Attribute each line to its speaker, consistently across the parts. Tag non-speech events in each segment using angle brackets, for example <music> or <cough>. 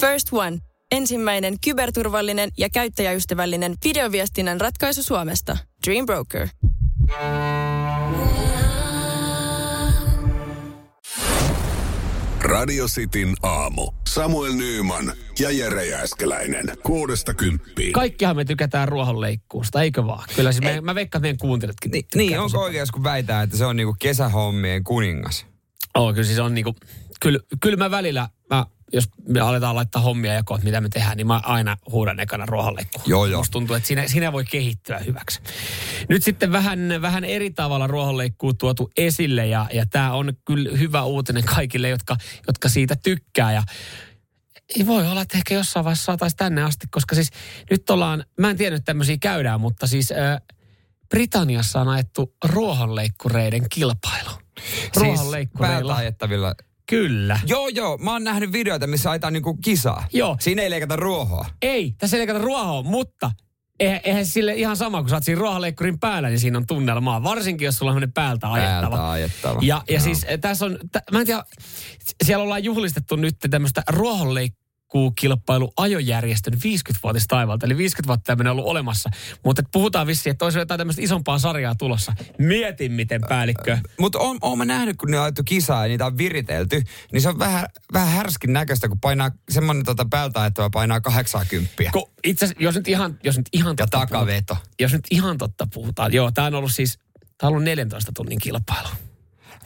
Speaker 1: First One. Ensimmäinen kyberturvallinen ja käyttäjäystävällinen videoviestinnän ratkaisu Suomesta. Dream Broker.
Speaker 2: Radio Cityn aamu. Samuel Nyyman ja Jere Jääskeläinen. Kuudesta kymppiin.
Speaker 3: Kaikkihan me tykätään ruohonleikkuusta, eikö vaan? Kyllä siis me, mä veikkaan, että meidän kuuntelijatkin
Speaker 4: Ni,
Speaker 3: tykkää
Speaker 4: niin,
Speaker 3: tosi
Speaker 4: onko oikeas kun väitää, että se on niinku kesähommien kuningas?
Speaker 3: Oo, kyllä siis on niinku, kyllä, kyllä mä välillä, mä, jos me aletaan laittaa hommia jakoon, että mitä me tehdään, niin mä aina huudan ekana ruohonleikkuun.
Speaker 4: Joo, joo.
Speaker 3: Musta tuntuu, että siinä, siinä voi kehittyä hyväksi. Nyt sitten vähän, vähän eri tavalla ruohonleikkuu tuotu esille ja, ja tämä on kyllä hyvä uutinen kaikille, jotka, jotka siitä tykkää ja ei voi olla, että ehkä jossain vaiheessa saataisiin tänne asti, koska siis nyt ollaan, mä en tiedä nyt tämmöisiä käydään, mutta siis äh, Britanniassa on ajettu ruohonleikkureiden kilpailu.
Speaker 4: päältä
Speaker 3: Ruohonleikkureilla.
Speaker 4: Siis ajettavilla.
Speaker 3: Kyllä.
Speaker 4: Joo, joo, mä oon nähnyt videoita, missä ajetaan niinku kisaa.
Speaker 3: Joo.
Speaker 4: Siinä ei leikata ruohoa.
Speaker 3: Ei, tässä ei leikata ruohoa, mutta eihän, eihän sille ihan sama, kun sä oot siinä ruohaleikkurin päällä, niin siinä on tunnelmaa. Varsinkin, jos sulla on semmoinen päältä ajettava.
Speaker 4: Päältä ajettava.
Speaker 3: Ja, ja
Speaker 4: Joo.
Speaker 3: siis eh, tässä on, tä, mä en tiedä, s- siellä ollaan juhlistettu nyt tämmöistä ruohonleikkuukilpailu ajojärjestön 50-vuotista taivalta. Eli 50 vuotta tämmöinen on ollut olemassa. Mutta puhutaan vissiin, että olisi jotain tämmöistä isompaa sarjaa tulossa. Mietin, miten päällikkö.
Speaker 4: Mutta oon, oon mä nähnyt, kun ne on ajettu kisaa ja niitä on viritelty, niin se on vähän, vähän härskin näköistä, kun painaa semmonen tota päältä ajettava painaa 80.
Speaker 3: Ko, itse asiassa, jos nyt ihan, jos nyt ihan
Speaker 4: ja
Speaker 3: totta puhutaan-
Speaker 4: takaveto.
Speaker 3: jos nyt ihan totta puhutaan. Joo, tämä on ollut siis, tämä on ollut 14 tunnin kilpailu.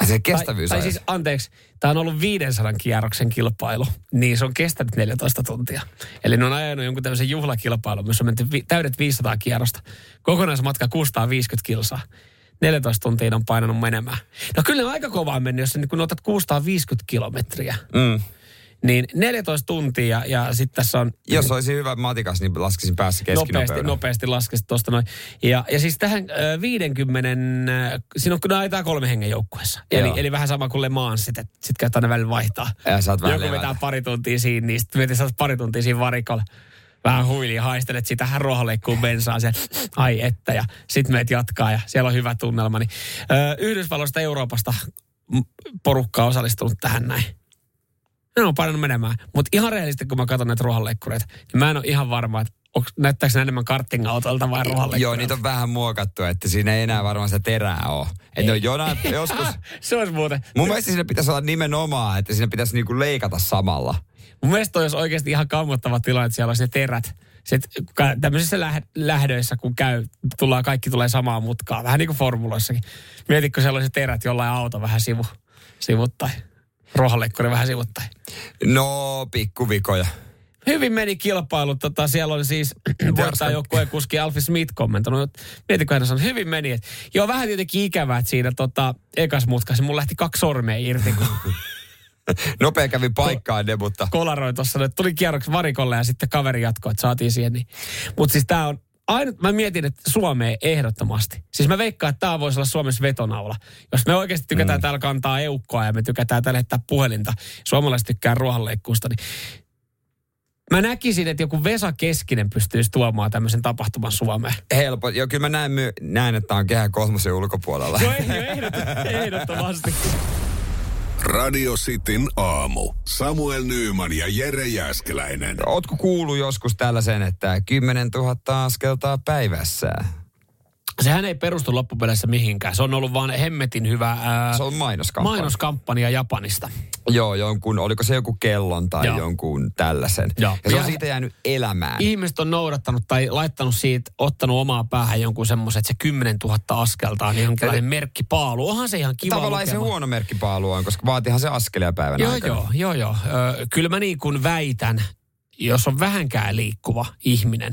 Speaker 4: Se kestävyys
Speaker 3: Tai, tai siis, anteeksi, tämä on ollut 500 kierroksen kilpailu, niin se on kestänyt 14 tuntia. Eli ne on ajanut jonkun tämmöisen juhlakilpailun, missä on menty vi- täydet 500 kierrosta. Kokonaismatka 650 kilsaa. 14 tuntia ne on painanut menemään. No kyllä ne on aika kovaa mennyt, jos niin kun otat 650 kilometriä.
Speaker 4: mm.
Speaker 3: Niin 14 tuntia ja, ja sitten tässä on
Speaker 4: Jos olisi hyvä matikas, niin laskisin päässä
Speaker 3: nopeasti,
Speaker 4: keskinopeuden.
Speaker 3: nopeasti laskesit tuosta noin. Ja, ja siis tähän ö, 50, ö, siinä on kun ajetaan kolme hengen joukkueessa. Eli,
Speaker 4: Joo.
Speaker 3: eli vähän sama kuin Le Mans, sitten sit käytetään aina välillä vaihtaa.
Speaker 4: Ja sä oot vähän
Speaker 3: Joku vetää
Speaker 4: levällä.
Speaker 3: pari tuntia siinä, niin sitten mietit, sä oot pari tuntia siinä varikolla. Vähän huilii, haistelet sitä hän rohaleikkuun bensaa siellä, ai että, ja sitten meet jatkaa ja siellä on hyvä tunnelma. Niin, ö, Yhdysvalloista Euroopasta m- porukkaa osallistunut tähän näin. Ne on paljon menemään. Mutta ihan rehellisesti, kun mä katson näitä ruohonleikkureita, niin mä en ole ihan varma, että onks, näyttääkö ne enemmän karttingautolta vai ruohonleikkureilta.
Speaker 4: Joo, niitä on vähän muokattu, että siinä ei enää varmaan sitä terää ole. Että ne on
Speaker 3: <laughs>
Speaker 4: jonain, joskus...
Speaker 3: Se olisi muuten.
Speaker 4: Mun mielestä siinä pitäisi olla nimenomaan, että siinä pitäisi niinku leikata samalla.
Speaker 3: Mun mielestä toi olisi oikeasti ihan kammottava tilanne, että siellä olisi ne terät. Sitten ka- tämmöisissä läh- lähdöissä, kun käy, tullaan, kaikki tulee samaa mutkaa. Vähän niin kuin formuloissakin. Mietitkö siellä olisi terät jollain auto vähän sivu, sivuttai. Ruohonleikkuri vähän sivuttai.
Speaker 4: No, pikkuvikoja.
Speaker 3: Hyvin meni kilpailu. Tota, siellä on siis voittaa joukkueen kuski Alfi Smith kommentoinut. Mietitkö hän sanoi, hyvin meni. Et, joo, vähän tietenkin ikävää, että siinä tota, ekas mutkassa mulla lähti kaksi sormea irti, kun
Speaker 4: Nopea kävi paikkaan ne, mutta...
Speaker 3: kolaroi tuossa, että tuli kierroksi varikolle ja sitten kaveri jatkoi, että saatiin siihen. Niin. Mutta siis tämä on, aina, mä mietin, että Suomeen ehdottomasti. Siis mä veikkaan, että tämä voisi olla Suomessa vetonaula. Jos me oikeasti tykätään mm. täällä kantaa eukkoa ja me tykätään täällä heittää puhelinta, suomalaiset tykkää ruohonleikkuusta, niin Mä näkisin, että joku Vesa Keskinen pystyisi tuomaan tämmöisen tapahtuman Suomeen.
Speaker 4: Helpo. Joo, kyllä mä näen, my- näen että tää on kehä kolmosen ulkopuolella.
Speaker 3: No ei, ehdottomasti. ehdottomasti.
Speaker 2: Radio Cityn aamu. Samuel Nyyman ja Jere Jääskeläinen.
Speaker 4: Ootko kuullut joskus tällaisen, että 10 000 askeltaa päivässä?
Speaker 3: Sehän ei perustu loppupeleissä mihinkään. Se on ollut vaan hemmetin hyvä ää,
Speaker 4: Se on mainoskampanja.
Speaker 3: mainoskampanja Japanista.
Speaker 4: Joo, jonkun, oliko se joku kellon tai
Speaker 3: Joo.
Speaker 4: jonkun tällaisen.
Speaker 3: Joo.
Speaker 4: Ja se on
Speaker 3: Ja-
Speaker 4: siitä jäänyt elämään.
Speaker 3: ihmiset on noudattanut tai laittanut siitä, ottanut omaa päähän jonkun semmoisen, että se 10 000 askeltaa, niin jonkinlainen merkkipaalu. Onhan se ihan kiva
Speaker 4: Tavallaan ei se
Speaker 3: lukema.
Speaker 4: huono merkki paalu on, koska vaatihan se askelia päivän
Speaker 3: Joo,
Speaker 4: aikana.
Speaker 3: joo, joo, joo. Ö, kyllä mä niin kuin väitän, jos on vähänkään liikkuva ihminen,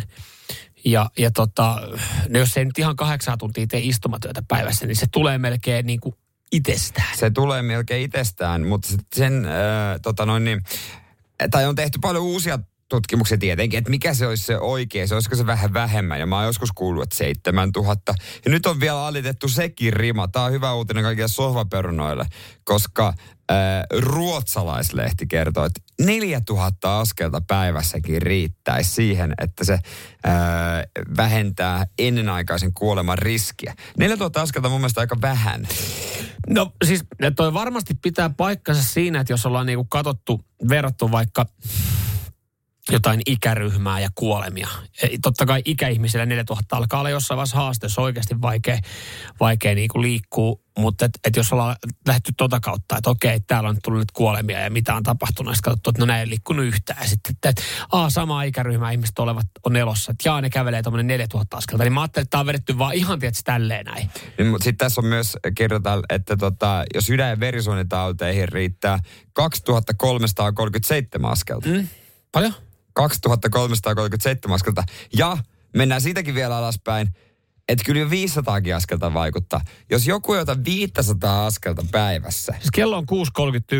Speaker 3: ja, ja tota, no jos ei nyt ihan kahdeksaa tuntia tee istumatyötä päivässä, niin se tulee melkein niin kuin itsestään.
Speaker 4: Se tulee melkein itsestään, mutta sit sen, äh, tota noin niin, tai on tehty paljon uusia tutkimuksia tietenkin, että mikä se olisi se oikea, se olisiko se vähän vähemmän. Ja mä oon joskus kuullut, että 7000. Ja nyt on vielä alitettu sekin rima. Tämä on hyvä uutinen kaikille sohvaperunoille, koska äh, ruotsalaislehti kertoo, että 4000 askelta päivässäkin riittäisi siihen, että se äh, vähentää ennenaikaisen kuoleman riskiä. 4000 askelta on mun mielestä aika vähän.
Speaker 3: No siis toi varmasti pitää paikkansa siinä, että jos ollaan niinku katsottu, verrattu vaikka jotain ikäryhmää ja kuolemia. E, Totta kai ikäihmisillä 4000 alkaa olla jossain vaiheessa haaste, se on oikeasti vaikea, vaikea niin kuin liikkuu, mutta et, et jos ollaan lähdetty tota kautta, että okei, täällä on tullut nyt kuolemia ja mitä on tapahtunut, sitten katsottu, että no näin ei liikkunut yhtään. Ja sitten, että, että aa, samaa ikäryhmää ihmiset olevat on elossa, että jaa, ne kävelee tuommoinen 4000 askelta. Niin mä ajattelin, että tämä on vedetty vaan ihan tietysti tälleen näin.
Speaker 4: Niin, mutta sitten tässä on myös kirjoitetaan, että tota, jos sydän- ja verisuonitauteihin riittää 2337 askelta. Mm.
Speaker 3: Paljon?
Speaker 4: 2337 askelta. Ja mennään siitäkin vielä alaspäin, että kyllä jo 500 askelta vaikuttaa. Jos joku ei ota 500 askelta
Speaker 3: <laughs>
Speaker 4: päivässä,
Speaker 3: Siis kello on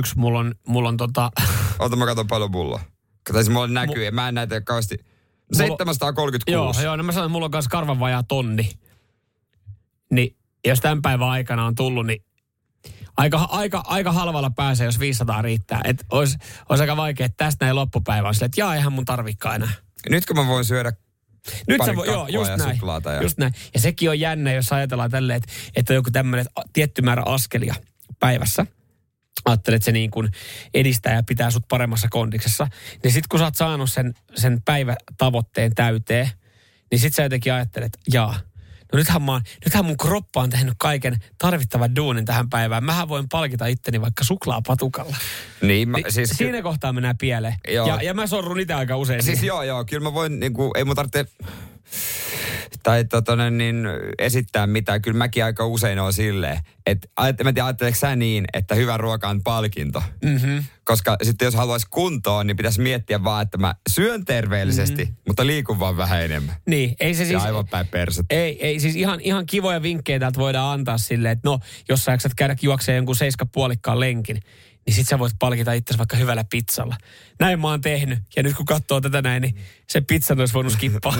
Speaker 3: 6.31, mulla on, mulla on tota,
Speaker 4: ota mä katson paljon mulla. Tai siis mulla näkyy, ja mä en näitä kauheasti.
Speaker 3: Mulla-
Speaker 4: 736.
Speaker 3: <laughs> Joo, joo, no mä sanoin, että mulla on kanssa karvan vajaa tonni. Niin jos tämän päivän aikana on tullut, niin aika, aika, aika halvalla pääsee, jos 500 riittää. Et olisi, olisi aika vaikea, että tästä näin loppupäivä on silleen, että jaa, eihän mun tarvikaan enää.
Speaker 4: Nyt kun mä voin syödä
Speaker 3: Nyt
Speaker 4: pari
Speaker 3: se voi, joo,
Speaker 4: kakkua
Speaker 3: just
Speaker 4: ja
Speaker 3: näin,
Speaker 4: suklaata ja-
Speaker 3: just näin. Ja sekin on jännä, jos ajatellaan tälleen, että, että on joku tämmöinen tietty määrä askelia päivässä. Ajattelet, että se niin kuin edistää ja pitää sut paremmassa kondiksessa. Niin sit kun sä oot saanut sen, sen päivätavoitteen täyteen, niin sit sä jotenkin ajattelet, että jaa, no nythän, mä oon, nythän mun kroppa on tehnyt kaiken tarvittavan duunin tähän päivään. Mähän voin palkita itteni vaikka suklaapatukalla.
Speaker 4: Niin, mä,
Speaker 3: Niin,
Speaker 4: siis,
Speaker 3: siinä kohtaa mennään pieleen.
Speaker 4: Joo.
Speaker 3: Ja, ja mä sorrun itse aika usein.
Speaker 4: siis joo, joo, kyllä mä voin, niin kuin, ei mun tarvitse tai totone, niin esittää mitään. Kyllä mäkin aika usein on silleen, että ajat- mä en tiedä, ajatteleeko sä niin, että hyvä ruoka on palkinto. Mm-hmm. Koska sitten jos haluaisi kuntoon, niin pitäisi miettiä vaan, että mä syön terveellisesti, mm-hmm. mutta liikun vaan vähän enemmän.
Speaker 3: niin, ei se
Speaker 4: Siis,
Speaker 3: siis...
Speaker 4: ja aivan päin persettä.
Speaker 3: Ei, ei, siis ihan, ihan kivoja vinkkejä täältä voidaan antaa silleen, että no, jos sä jaksat käydä juokseen jonkun seiskapuolikkaan lenkin, niin sit sä voit palkita itsesi vaikka hyvällä pizzalla. Näin mä oon tehnyt, ja nyt kun katsoo tätä näin, niin se pizza olisi voinut skippaa.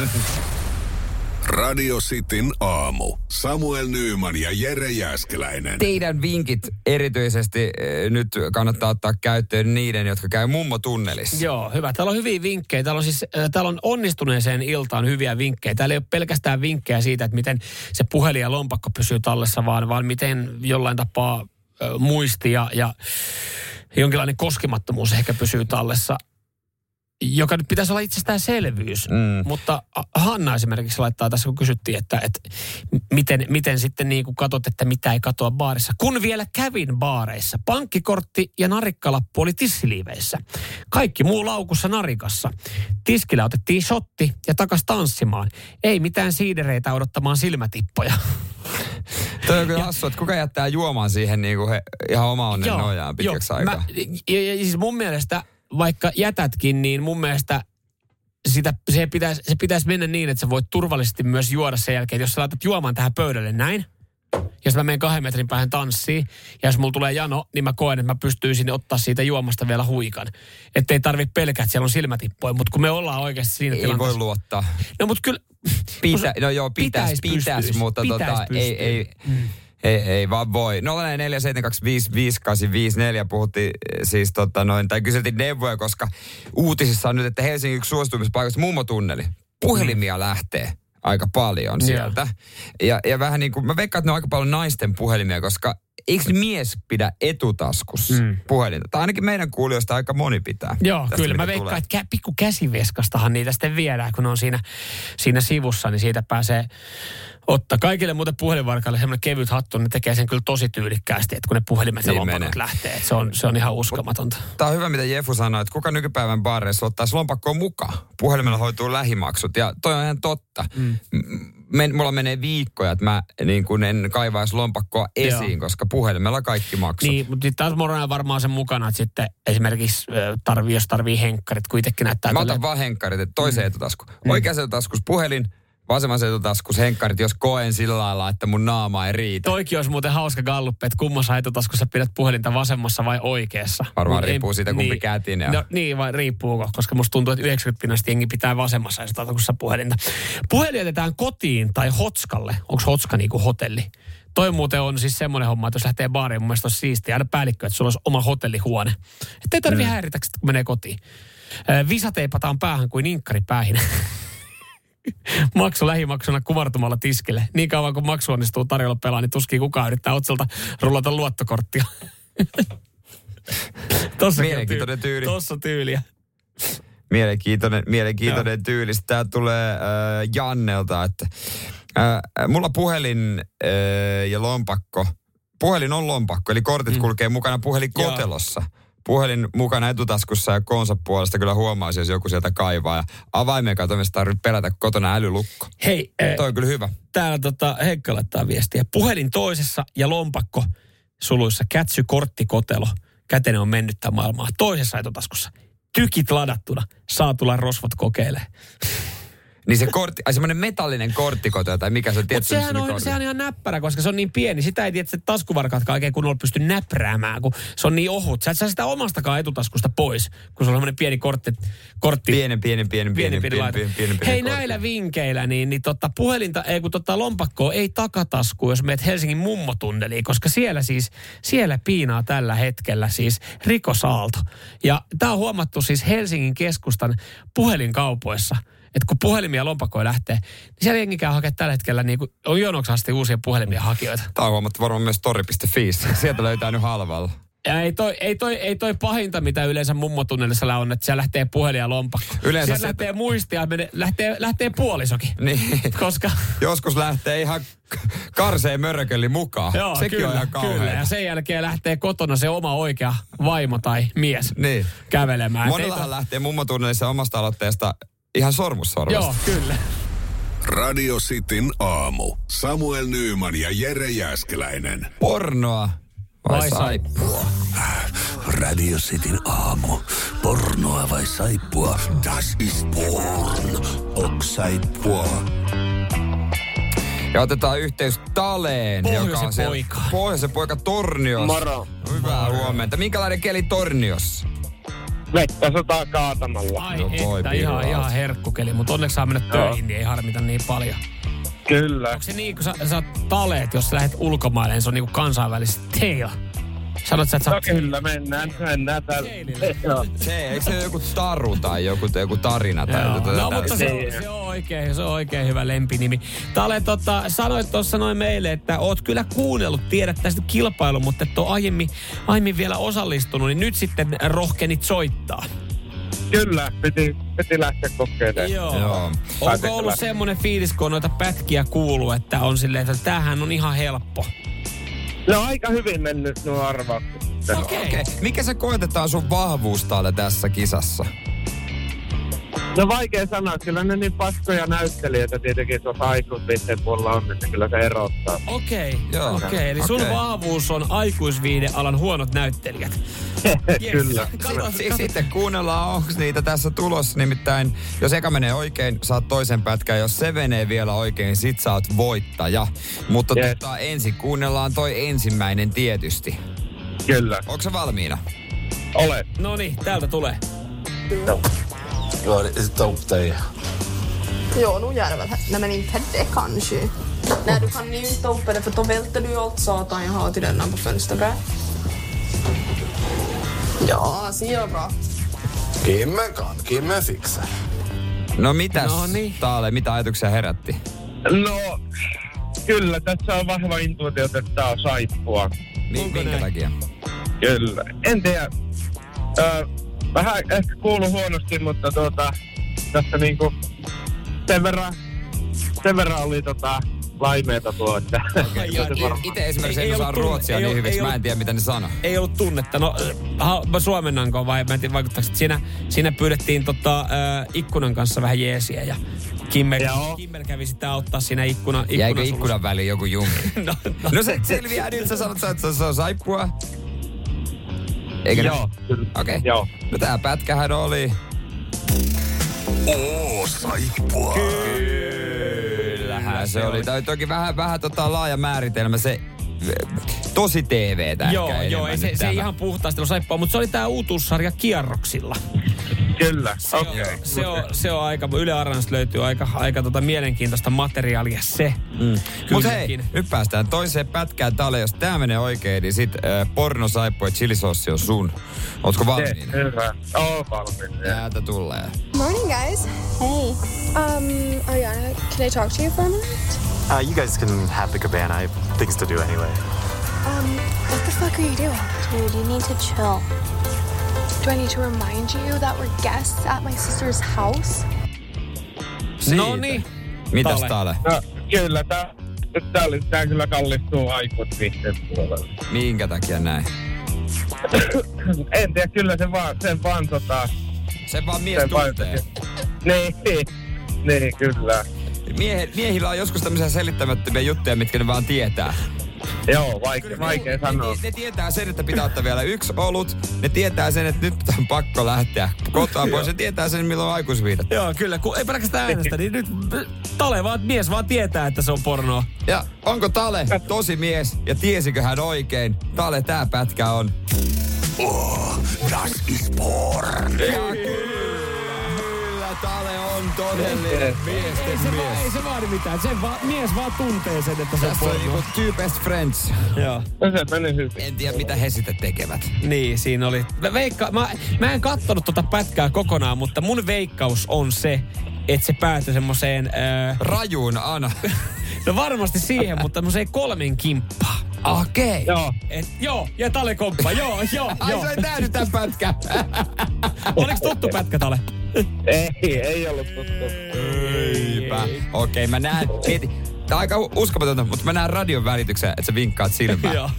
Speaker 2: Radio Cityn aamu. Samuel Nyyman ja Jere Jäskeläinen.
Speaker 4: Teidän vinkit erityisesti eh, nyt kannattaa ottaa käyttöön niiden, jotka käy mummotunnelissa.
Speaker 3: Joo, hyvä. Täällä on hyviä vinkkejä. Täällä on, siis, äh, täällä on onnistuneeseen iltaan hyviä vinkkejä. Täällä ei ole pelkästään vinkkejä siitä, että miten se puhelin ja lompakko pysyy tallessa, vaan, vaan miten jollain tapaa äh, muisti ja, ja jonkinlainen koskemattomuus ehkä pysyy tallessa, joka nyt pitäisi olla itsestäänselvyys.
Speaker 4: Mm.
Speaker 3: Mutta a- Hanna esimerkiksi laittaa tässä, kun kysyttiin, että, että m- miten, miten sitten niin kuin katot, että mitä ei katoa baarissa. Kun vielä kävin baareissa, pankkikortti ja narikkalappu oli tissiliiveissä. Kaikki muu laukussa narikassa. Tiskillä otettiin shotti ja takas tanssimaan. Ei mitään siidereitä odottamaan silmätippoja. <laughs>
Speaker 4: Toi on kyllä hassu, että kuka jättää juomaan siihen niin kuin he, ihan oma onnen nojaan pitkäksi
Speaker 3: joo,
Speaker 4: aikaa.
Speaker 3: Mä, ja, ja, siis mun mielestä, vaikka jätätkin, niin mun mielestä sitä, se, pitäisi, se pitäisi mennä niin, että sä voit turvallisesti myös juoda sen jälkeen. Että jos sä laitat juomaan tähän pöydälle näin, jos mä menen kahden metrin päähän tanssiin, ja jos mulla tulee jano, niin mä koen, että mä pystyisin ottaa siitä juomasta vielä huikan. Että ei tarvi pelkää, että siellä on silmätippoja, mutta kun me ollaan oikeasti siinä
Speaker 4: Ei voi
Speaker 3: tilanteessa.
Speaker 4: luottaa.
Speaker 3: no mutta kyllä,
Speaker 4: Pitä, no joo, pitäis,
Speaker 3: Pitäis
Speaker 4: pitäis,
Speaker 3: pystyis,
Speaker 4: mutta
Speaker 3: pitäis
Speaker 4: tota, ei,
Speaker 3: pystyy.
Speaker 4: ei,
Speaker 3: Mm.
Speaker 4: ei, ei vaan voi. 0447255854 puhuttiin eh, siis tota noin, tai kyseltiin neuvoja, koska uutisissa on nyt, että Helsingin yksi suosituimmista paikoista mummotunneli. Puhelimia
Speaker 3: Mm.
Speaker 4: lähtee aika paljon sieltä. Ja, ja vähän niin kuin, mä veikkaan, että ne on aika paljon naisten puhelimia, koska eikö mies pidä etutaskussa
Speaker 3: Mm.
Speaker 4: puhelinta? Tai ainakin meidän kuulijoista aika moni pitää.
Speaker 3: Joo,
Speaker 4: Tästä,
Speaker 3: kyllä. Mä
Speaker 4: mitä
Speaker 3: veikkaan,
Speaker 4: tulee.
Speaker 3: että kä- pikku käsiveskastahan niitä sitten viedään, kun ne on siinä, siinä sivussa, niin siitä pääsee ottaa. Kaikille muuten puhelinvarkaille semmoinen kevyt hattu, ne tekee sen kyllä tosi tyylikkäästi, että kun ne puhelimet ja
Speaker 4: Niin
Speaker 3: lompakot
Speaker 4: menee.
Speaker 3: lähtee. että Se on, se on ihan uskomatonta.
Speaker 4: Tämä on hyvä, mitä Jefu sanoi, että kuka nykypäivän baareissa ottaisi lompakkoon mukaan. Puhelimella hoituu lähimaksut ja toi on ihan totta. Mm. Men, mulla menee viikkoja, että mä niin kun en kaivaisi lompakkoa esiin,
Speaker 3: Joo.
Speaker 4: koska puhelimella kaikki maksut.
Speaker 3: Niin, mutta sitten taas morana varmaan sen mukana, että sitten esimerkiksi ö, tarvii, jos tarvii henkkarit, kun itsekin näyttää
Speaker 4: Mä
Speaker 3: tälleen-
Speaker 4: otan vaan henkkarit, että toiseen mm. etutasku. Oikeassa etutaskussa puhelin, vasemmassa etutaskussa henkkarit, jos koen sillä lailla, että mun naama ei riitä.
Speaker 3: Niin Toikin olisi muuten hauska galluppe, että kummassa etutaskussa pidät puhelinta vasemmassa vai oikeassa.
Speaker 4: Varmaan
Speaker 3: Mut
Speaker 4: riippuu siitä, kumpi kätinen on.
Speaker 3: No niin, vai riippuuko, koska musta tuntuu, että 90 pinnasta jengi pitää vasemmassa etutaskussa puhelinta. Puhelin jätetään kotiin tai hotskalle. Onko hotska niinku hotelli? Toi muuten on siis semmoinen homma, että jos lähtee baariin, mun mielestä olisi siistiä aina päällikkö, että sulla olisi oma hotellihuone. Että ei tarvi mm. häiritä, kun menee kotiin. Ö, Visa teipataan päähän kuin inkkari päähin. Maksu lähimaksuna kumartumalla tiskille. Niin kauan kun maksu onnistuu tarjolla pelaa, niin tuskin kukaan yrittää otsalta rullata luottokorttia. <laughs> Tossa
Speaker 4: Mielenkiintoinen tyyli.
Speaker 3: Tossa tyyliä.
Speaker 4: Mielenkiintoinen, mielenkiintoinen no. tyyli. Tämä tulee äh, Jannelta, että äh, mulla puhelin äh, ja lompakko. Puhelin on lompakko, eli kortit mm. kulkee mukana puhelin
Speaker 3: Joo.
Speaker 4: kotelossa. Puhelin mukana etutaskussa ja koonsa puolesta kyllä huomaisi, jos joku sieltä kaivaa. Ja avaimen katsomista tarvitse pelätä kun kotona älylukko.
Speaker 3: Hei, eh,
Speaker 4: Toi on kyllä hyvä.
Speaker 3: täällä tota, Heikka laittaa viestiä. Puhelin toisessa ja lompakko suluissa kätsy korttikotelo. Kätene on mennyttä maailmaa. Toisessa etutaskussa. Tykit ladattuna. Saa tulla rosvot kokeilee.
Speaker 4: Niin se kortti, ai semmoinen metallinen korttikotelo tai mikä se on,
Speaker 3: Mutta
Speaker 4: tiedätkö,
Speaker 3: sehän
Speaker 4: missä ne
Speaker 3: on,
Speaker 4: kortit-
Speaker 3: sehän on ihan näppärä, koska se on niin pieni. Sitä ei tiedä, että taskuvarkaatkaan oikein kunnolla pysty näpräämään, kun se on niin ohut. Sä et saa sitä omastakaan etutaskusta pois, kun se on semmoinen pieni kortti, kortti
Speaker 4: Pienen, pienen, pienen,
Speaker 3: pieni,
Speaker 4: pienen,
Speaker 3: pieni,
Speaker 4: pienen,
Speaker 3: laite.
Speaker 4: pienen, pienen,
Speaker 3: Hei
Speaker 4: kortti.
Speaker 3: näillä vinkeillä, niin, niin tota, puhelinta, ei kun tota, lompakkoa ei takatasku, jos meet Helsingin mummotunneliin, koska siellä siis, siellä piinaa tällä hetkellä siis rikosaalto. Ja tämä on huomattu siis Helsingin keskustan puhelinkaupoissa, että kun puhelimia lompakkoja lähtee, niin siellä jengi käy hakemaan tällä hetkellä, niin kuin, on jonoksi asti uusia puhelimia hakijoita.
Speaker 4: Tämä on huomattu varmaan myös tori.fi. Sieltä löytää nyt halvalla.
Speaker 3: Ja ei toi, ei, toi, ei toi pahinta, mitä yleensä mummotunnelissa on, että siellä lähtee puhelin ja lompakko.
Speaker 4: Yleensä
Speaker 3: siellä
Speaker 4: se-
Speaker 3: lähtee muistia, menee, lähtee, lähtee puolisokin.
Speaker 4: Niin.
Speaker 3: Koska...
Speaker 4: Joskus lähtee ihan karseen mörköli mukaan.
Speaker 3: Joo,
Speaker 4: Sekin
Speaker 3: kyllä,
Speaker 4: on ihan
Speaker 3: kyllä.
Speaker 4: kauheaa.
Speaker 3: Ja sen jälkeen lähtee kotona se oma oikea vaimo tai mies
Speaker 4: Niin.
Speaker 3: kävelemään. Et ei
Speaker 4: Monellahan lähtee mummotunnelissa omasta aloitteesta ihan sormus
Speaker 3: to- Joo,
Speaker 4: sormesta.
Speaker 3: kyllä.
Speaker 2: Radio Cityn aamu. Samuel Nyyman ja Jere Jääskeläinen.
Speaker 4: Pornoa
Speaker 3: Vai
Speaker 4: vai saippua?
Speaker 2: Radio Cityn aamu. Pornoa vai saippua? Das is porn. Ok saippua.
Speaker 4: Ja otetaan yhteys Taleen, joka on
Speaker 3: Pohjoisen
Speaker 4: siellä-
Speaker 3: poika.
Speaker 4: Pohjoisen poika Torniossa.
Speaker 5: Moro.
Speaker 4: Hyvää huomenta. Minkälainen keli Torniossa?
Speaker 5: Vettä sataa kaatamalla.
Speaker 3: Ai
Speaker 4: No voi
Speaker 3: että, ihan,
Speaker 4: pirulla.
Speaker 3: ihan herkkukeli, mutta onneksi saa mennä töihin, niin ei harmita niin paljon.
Speaker 5: Kyllä.
Speaker 3: Onko se niin, kun sä, sä oot taleet, jos sä lähdet ulkomaille, niin se on niinku kansainvälisesti teillä. Sanot sä, että sä
Speaker 5: No
Speaker 3: oot
Speaker 5: kyllä, mennään, mennään tällä.
Speaker 3: Keilillä.
Speaker 5: Joo.
Speaker 4: Se, eikö se joku taru tai joku, joku tarina? Tai
Speaker 3: Joo.
Speaker 4: jotain
Speaker 3: No, mutta se,
Speaker 5: Niin.
Speaker 3: on- se, on oikein, se on oikein hyvä lempinimi. Tale, tota, sanoit tuossa noin meille, että oot kyllä kuunnellut, tiedät tästä kilpailun, mutta et ole aiemmin, aiemmin vielä osallistunut, niin nyt sitten rohkenit soittaa.
Speaker 5: Kyllä, piti, piti lähteä kokeilemaan.
Speaker 4: Eh, Joo.
Speaker 3: Onko ollut semmoinen fiilis, kun on noita pätkiä kuuluu, että on silleen, että tämähän on ihan helppo.
Speaker 5: No aika hyvin mennyt nuo arvaukset.
Speaker 3: Okei.
Speaker 4: Okei. Mikä se koetetaan sun vahvuus täällä tässä kisassa?
Speaker 5: No vaikea sanoa, kyllä ne niin paskoja näyttelijöitä tietenkin tuossa aikuisviitteen puolella on, että kyllä se erottaa. <laughs>
Speaker 3: Okei,
Speaker 4: Joo.
Speaker 3: okei. Eli sun
Speaker 4: Okei.
Speaker 3: vahvuus on aikuisviidealan huonot näyttelijät. Yes.
Speaker 5: Kyllä.
Speaker 3: Kato,
Speaker 4: Siis
Speaker 3: kato.
Speaker 4: sitten kuunnellaan, onko niitä tässä tulossa. Nimittäin, jos eka menee oikein, saat toisen pätkän. Jos se menee vielä oikein, sit sä oot voittaja. Mutta
Speaker 5: Yes.
Speaker 4: tota, ensin kuunnellaan toi ensimmäinen tietysti.
Speaker 5: Kyllä,
Speaker 4: Onko se valmiina?
Speaker 5: olet.
Speaker 3: No niin, täältä tulee.
Speaker 6: Ja, det är dope dig.
Speaker 7: Ja, nog gör det väl. Nej, men inte det kanske. Nej, du kan ju inte hoppa det för då välter du ju allt satan jag har till denna på fönsterbrädan. Ja, alltså gör bra.
Speaker 6: Kimmen kan, Kimmen fixar.
Speaker 4: No mitäs,
Speaker 3: No niin.
Speaker 4: Taale, mitä ajatuksia herätti?
Speaker 5: No, kyllä tässä on vahva intuitio, että tää on saippua.
Speaker 4: Mi-
Speaker 3: Onko
Speaker 4: minkä
Speaker 3: näin?
Speaker 4: takia?
Speaker 5: Kyllä. En tiedä. Ö, vähän ehkä kuulu huonosti, mutta tuota, tässä niinku sen verran, sen verran oli tota laimeita tuo,
Speaker 3: <laughs>
Speaker 5: että
Speaker 3: Ai, niin. ai, ai.
Speaker 4: Itse esimerkiksi
Speaker 3: Ei- ei
Speaker 4: en osaa
Speaker 3: ollut tunne-
Speaker 4: ruotsia
Speaker 3: ei
Speaker 4: niin
Speaker 3: ollut-
Speaker 4: hyviksi,
Speaker 3: ei
Speaker 4: mä en
Speaker 3: ollut-
Speaker 4: tiedä mitä ne sanoo.
Speaker 3: ei ollut tunnetta. No, äh, ha- mä suomennanko vai mä en tiedä vaikuttaako. se. Siinä, siinä pyydettiin tota, äh, ikkunan kanssa vähän jeesiä ja Kimmel,
Speaker 5: Joo.
Speaker 3: Kimmel kävi sitä auttaa siinä ikkuna, ikkunan
Speaker 4: Jäikö
Speaker 3: sulussa.
Speaker 4: ikkunan väliin joku jumi?
Speaker 3: <laughs> No, no.
Speaker 4: No se selviää nyt, sä sanot, että se on saippua. Eikö
Speaker 5: Joo,
Speaker 4: ne?
Speaker 5: kyllä.
Speaker 4: Okei.
Speaker 5: Joo.
Speaker 4: No tää pätkähän oli...
Speaker 2: Oo Oh, saippua.
Speaker 4: Kyllähän se oli. Tää oli toki vähän, vähän tota laaja määritelmä se tosi TV tää
Speaker 3: Joo,
Speaker 4: ehkä
Speaker 3: joo,
Speaker 4: enemmän
Speaker 3: ei se,
Speaker 4: nyt
Speaker 3: se
Speaker 4: tämä.
Speaker 3: ihan puhtaasti ole saippua, mutta se oli tää uutuussarja kierroksilla.
Speaker 5: kyllä.
Speaker 3: Se, on,
Speaker 5: Okei.
Speaker 3: se, on, se on aika, Yle Areenasta löytyy aika, aika tota mielenkiintoista materiaalia se. Mm.
Speaker 4: Mut hei, nyt päästään toiseen pätkään. Tää oli, jos tää menee oikein, niin sit äh, porno saippua ja chilisossi on sun. Ootko valmiina?
Speaker 5: Hyvä. Oo valmiina.
Speaker 4: Täältä
Speaker 3: No
Speaker 4: tulee.
Speaker 8: Morning, guys. Hey. Um, Ariana, can I talk to you for a minute?
Speaker 9: Uh, you guys can have the cabana. I have things to do anyway.
Speaker 8: Um, what the fuck are you doing?
Speaker 10: Dude, you need to chill.
Speaker 8: Do I need to remind you that we're guests at my sister's house?
Speaker 4: Siitä.
Speaker 3: No niin.
Speaker 4: Mitäs
Speaker 3: Tale?
Speaker 4: Tale?
Speaker 5: No, kyllä tää, nyt tää, oli, tää kyllä kallistuu aikuut vihteen puolelle. <coughs>
Speaker 4: Minkä takia näin?
Speaker 5: En tiedä, kyllä se vaan, sen vaan tota,
Speaker 4: Se vaan mies
Speaker 5: sen vaan
Speaker 4: tuntee.
Speaker 5: Niin, <laughs> niin kyllä.
Speaker 4: Miehe, miehillä on joskus tämmöisiä selittämättömiä juttuja, mitkä ne vaan tietää.
Speaker 5: Joo, vaikea,
Speaker 4: ne,
Speaker 5: vaikea sanoa.
Speaker 4: Ne, ne tietää sen, että pitää ottaa vielä yksi olut. Ne tietää sen, että nyt on pakko lähteä kotoa pois. Ne tietää sen, milloin on aikuisviidat.
Speaker 3: Joo, kyllä. Kun ei pelkästään äänestä, niin nyt Tale vaan, mies vaan tietää, että se on pornoa.
Speaker 4: Ja onko Tale tosi mies ja tiesikö hän oikein? Tale, tää pätkä on.
Speaker 2: Oh, das ist porn.
Speaker 4: Kyllä, Tale on todellinen
Speaker 3: Ei
Speaker 4: miesten
Speaker 3: se, va- ei
Speaker 4: mies.
Speaker 3: se vaadi mitään. Se va- mies vaan tuntee sen, että se on
Speaker 4: Tässä on
Speaker 3: pornoa.
Speaker 4: niinku two best friends.
Speaker 3: Joo.
Speaker 5: No se meni hyvin.
Speaker 4: En tiedä, mitä he sitä tekevät.
Speaker 3: Niin, siinä oli. Mä, veikka- mä, mä en kattonut tota pätkää kokonaan, mutta mun veikkaus on se, että se päätyi semmoiseen... Öö,
Speaker 4: Rajuun
Speaker 5: <laughs>
Speaker 4: Ana.
Speaker 3: no varmasti siihen, mutta semmoiseen kolmen kimppaan.
Speaker 4: Okei. Okay.
Speaker 5: Joo,
Speaker 3: Et, joo, ja Tale komppa, joo, joo,
Speaker 4: Ai
Speaker 3: joo.
Speaker 4: se ei täydy tämän pätkän.
Speaker 3: Oliko tuttu pätkä Tale?
Speaker 5: ei, ei ollut tuttu.
Speaker 4: Eipä. Okei, okay, mä näen. Mieti. Tää on aika u- uskomatonta, mutta mä näen radion välityksen, että sä vinkkaat silmään.
Speaker 3: <laughs> Joo.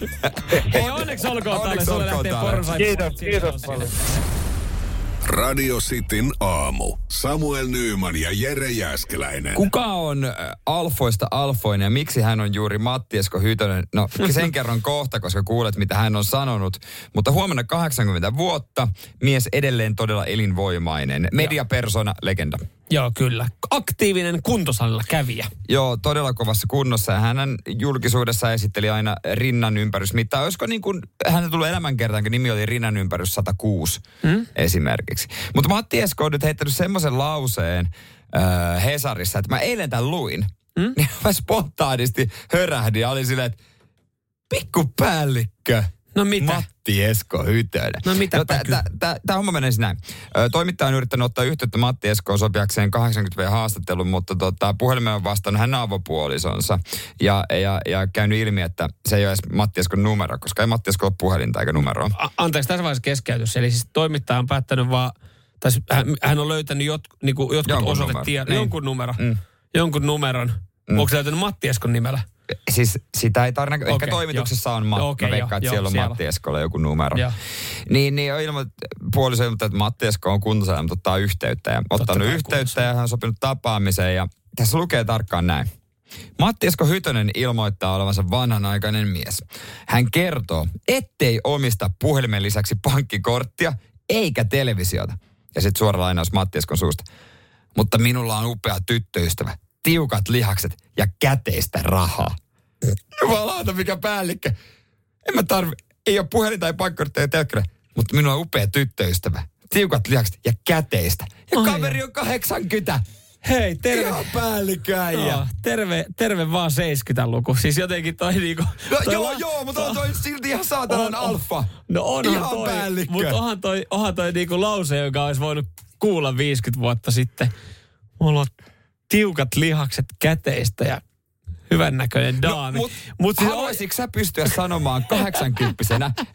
Speaker 3: Hei, onneksi olkoon Tale,
Speaker 4: Onneksi
Speaker 3: sulle
Speaker 4: olkoon,
Speaker 3: lähtee
Speaker 4: Tale.
Speaker 3: pornosaippua.
Speaker 5: Kiitos, kiitos
Speaker 3: Sinne.
Speaker 5: paljon.
Speaker 2: Radio Cityn aamu. Samuel Nyyman ja Jere Jääskeläinen.
Speaker 4: Kuka on äh, alfoista alfoinen ja miksi hän on juuri Matti Esko Hytönen? No sen kerron kohta, koska kuulet mitä hän on sanonut. Mutta huomenna 80 vuotta, mies edelleen todella elinvoimainen. Mediapersona, legenda.
Speaker 3: Joo, kyllä. Aktiivinen kuntosalilla kävijä.
Speaker 4: Joo, todella kovassa kunnossa. Ja Hänen julkisuudessa esitteli aina rinnan ympärys. Mitä olisiko niin kuin, häntä tullut elämänkertaan, kun nimi oli rinnan ympärys 106 hmm? esimerkiksi. Mutta Matti Esko on nyt heittänyt semmoisen lauseen äh, Hesarissa, että mä eilen tämän luin. Hmm? Niin <laughs> mä spontaanisti hörähdin ja olin silleen, että pikku päällikkö.
Speaker 3: No mitä?
Speaker 4: Matti Esko Hytönen.
Speaker 3: No mitäpä
Speaker 4: tää-
Speaker 3: kyllä.
Speaker 4: tää- tää- Tämä homma menee siis näin. Ö, Toimittaja on yrittänyt ottaa yhteyttä Matti Eskoon sopiakseen 80V-haastattelun, mutta tota, puhelimeen on vastannut hänen avopuolisonsa. Ja, ja, ja käynyt ilmi, että se ei ole edes Matti Eskon numero, koska ei Matti Esko ole puhelinta eikä numeroa.
Speaker 3: A- anteeksi, tässä vaiheessa keskeytys. Eli siis toimittaja on päättänyt vaan, tai siis hän, hän on löytänyt jot, niinku, jotkut
Speaker 4: Jonkun
Speaker 3: jonkun
Speaker 4: numeron.
Speaker 3: osoitetiedot,
Speaker 4: Niin.
Speaker 3: jonkun numero. Mm. Jonkun numeron. Mm. Onko se löytänyt Matti Eskon nimellä?
Speaker 4: Siis sitä ei tarvitse, okay,
Speaker 3: Okei,
Speaker 4: ehkä toimituksessa
Speaker 3: joo.
Speaker 4: on Matti, okay,
Speaker 3: Okei,
Speaker 4: mä veikkaan,
Speaker 3: joo,
Speaker 4: että
Speaker 3: joo,
Speaker 4: siellä on
Speaker 3: siellä.
Speaker 4: Matti Eskolla joku numero.
Speaker 3: Joo.
Speaker 4: Niin, niin on ilmo, puoliso ilmoittaa, että Matti Esko on kuntosalilla, mutta ottaa yhteyttä. Ja ottanut
Speaker 3: kai
Speaker 4: yhteyttä ja hän on sopinut tapaamiseen ja tässä lukee tarkkaan näin. Matti Esko Hytönen ilmoittaa olevansa vanhanaikainen mies. Hän kertoo, ettei omista puhelimen lisäksi pankkikorttia eikä televisiota. Ja sitten suora lainaus Matti Eskon suusta. Mutta minulla on upea tyttöystävä, tiukat lihakset ja käteistä rahaa. Jumalauta, mikä päällikkö. En mä tarvi, ei ole puhelin tai pankkortteja telkkari, mutta minulla on upea tyttöystävä. Tiukat lihakset ja käteistä. Ja
Speaker 3: Ai
Speaker 4: kaveri on 80.
Speaker 3: Hei,
Speaker 4: Ihan päällikkö äijä.
Speaker 3: Joo, terve, terve vaan 70-luku. Siis jotenkin toi niinku...
Speaker 4: No,
Speaker 3: toi
Speaker 4: joo,
Speaker 3: la-
Speaker 4: joo, mutta on toi silti ihan saatanan alfa.
Speaker 3: No onhan
Speaker 4: ihan
Speaker 3: toi,
Speaker 4: päällikkö.
Speaker 3: Mutta onhan toi, onhan toi niinku lause, joka olisi voinut kuulla 50 vuotta sitten. Mulla on tiukat lihakset käteistä ja hyvännäköinen daami.
Speaker 4: No, Mut,
Speaker 3: Mut
Speaker 4: mut
Speaker 3: siis-
Speaker 4: haluaisitko sä pystyä sanomaan 80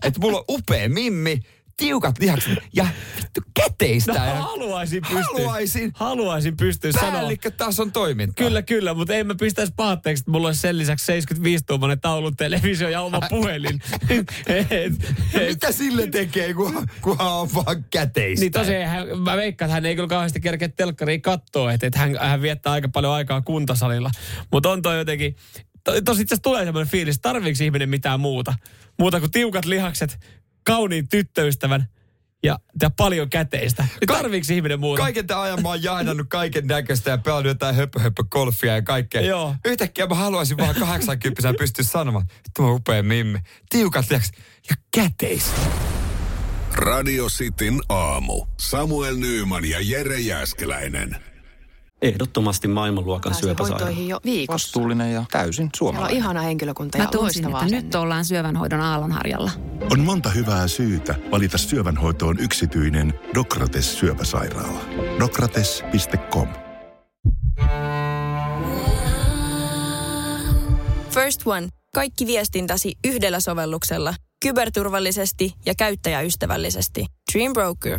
Speaker 4: että mulla on upea mimmi, tiukat lihakset ja vittu käteistä.
Speaker 3: No,
Speaker 4: ja
Speaker 3: haluaisin pystyä.
Speaker 4: Haluaisin.
Speaker 3: Haluaisin pystyä sanoa.
Speaker 4: Päällikkö taas on toiminta.
Speaker 3: Kyllä, kyllä, mutta ei mä pistäisi paatteeksi, että mulla olisi sen lisäksi 75-tuumainen taulun televisio ja
Speaker 4: <laughs>
Speaker 3: oma puhelin. <laughs> Et- et-
Speaker 4: Mitä sille tekee, kun, kun hän on vaan käteistä?
Speaker 3: Niin tosiaan, hän, mä veikkaan, että hän ei kyllä kauheasti kerkeä telkkariin kattoa, että, että hän, hän viettää aika paljon aikaa kuntosalilla. Mutta on toi jotenkin, to- tossa itse asiassa tulee semmoinen fiilis, tarviiko ihminen mitään muuta? Muuta kuin tiukat lihakset, kauniin tyttöystävän ja, ja paljon käteistä. Niin tarviiko ihminen muuta?
Speaker 4: Kaiken tämän ajan mä oon jahdannut kaiken näköistä ja pelannut jotain höpö, höpö golfia ja kaikkea.
Speaker 3: Joo.
Speaker 4: Yhtäkkiä mä haluaisin vaan 80 pystyä sanomaan, että mä oon upea mimmi. Tiukat lihaksi ja käteis.
Speaker 2: Radio Cityn aamu. Samuel Nyyman ja Jere Jääskeläinen.
Speaker 10: Ehdottomasti maailmanluokan syöpäsairaala.
Speaker 7: jo viikossa.
Speaker 6: Vastuullinen ja täysin
Speaker 7: Siellä on
Speaker 6: suomalainen.
Speaker 7: ihana henkilökunta ja loistavaa. Nyt
Speaker 1: ollaan syövänhoidon aallonharjalla.
Speaker 11: On monta hyvää syytä valita syövänhoitoon yksityinen Dokrates syöpäsairaala. Dokrates.com
Speaker 1: First One. Kaikki viestintäsi yhdellä sovelluksella. kyberturvallisesti ja käyttäjäystävällisesti. Dream Broker.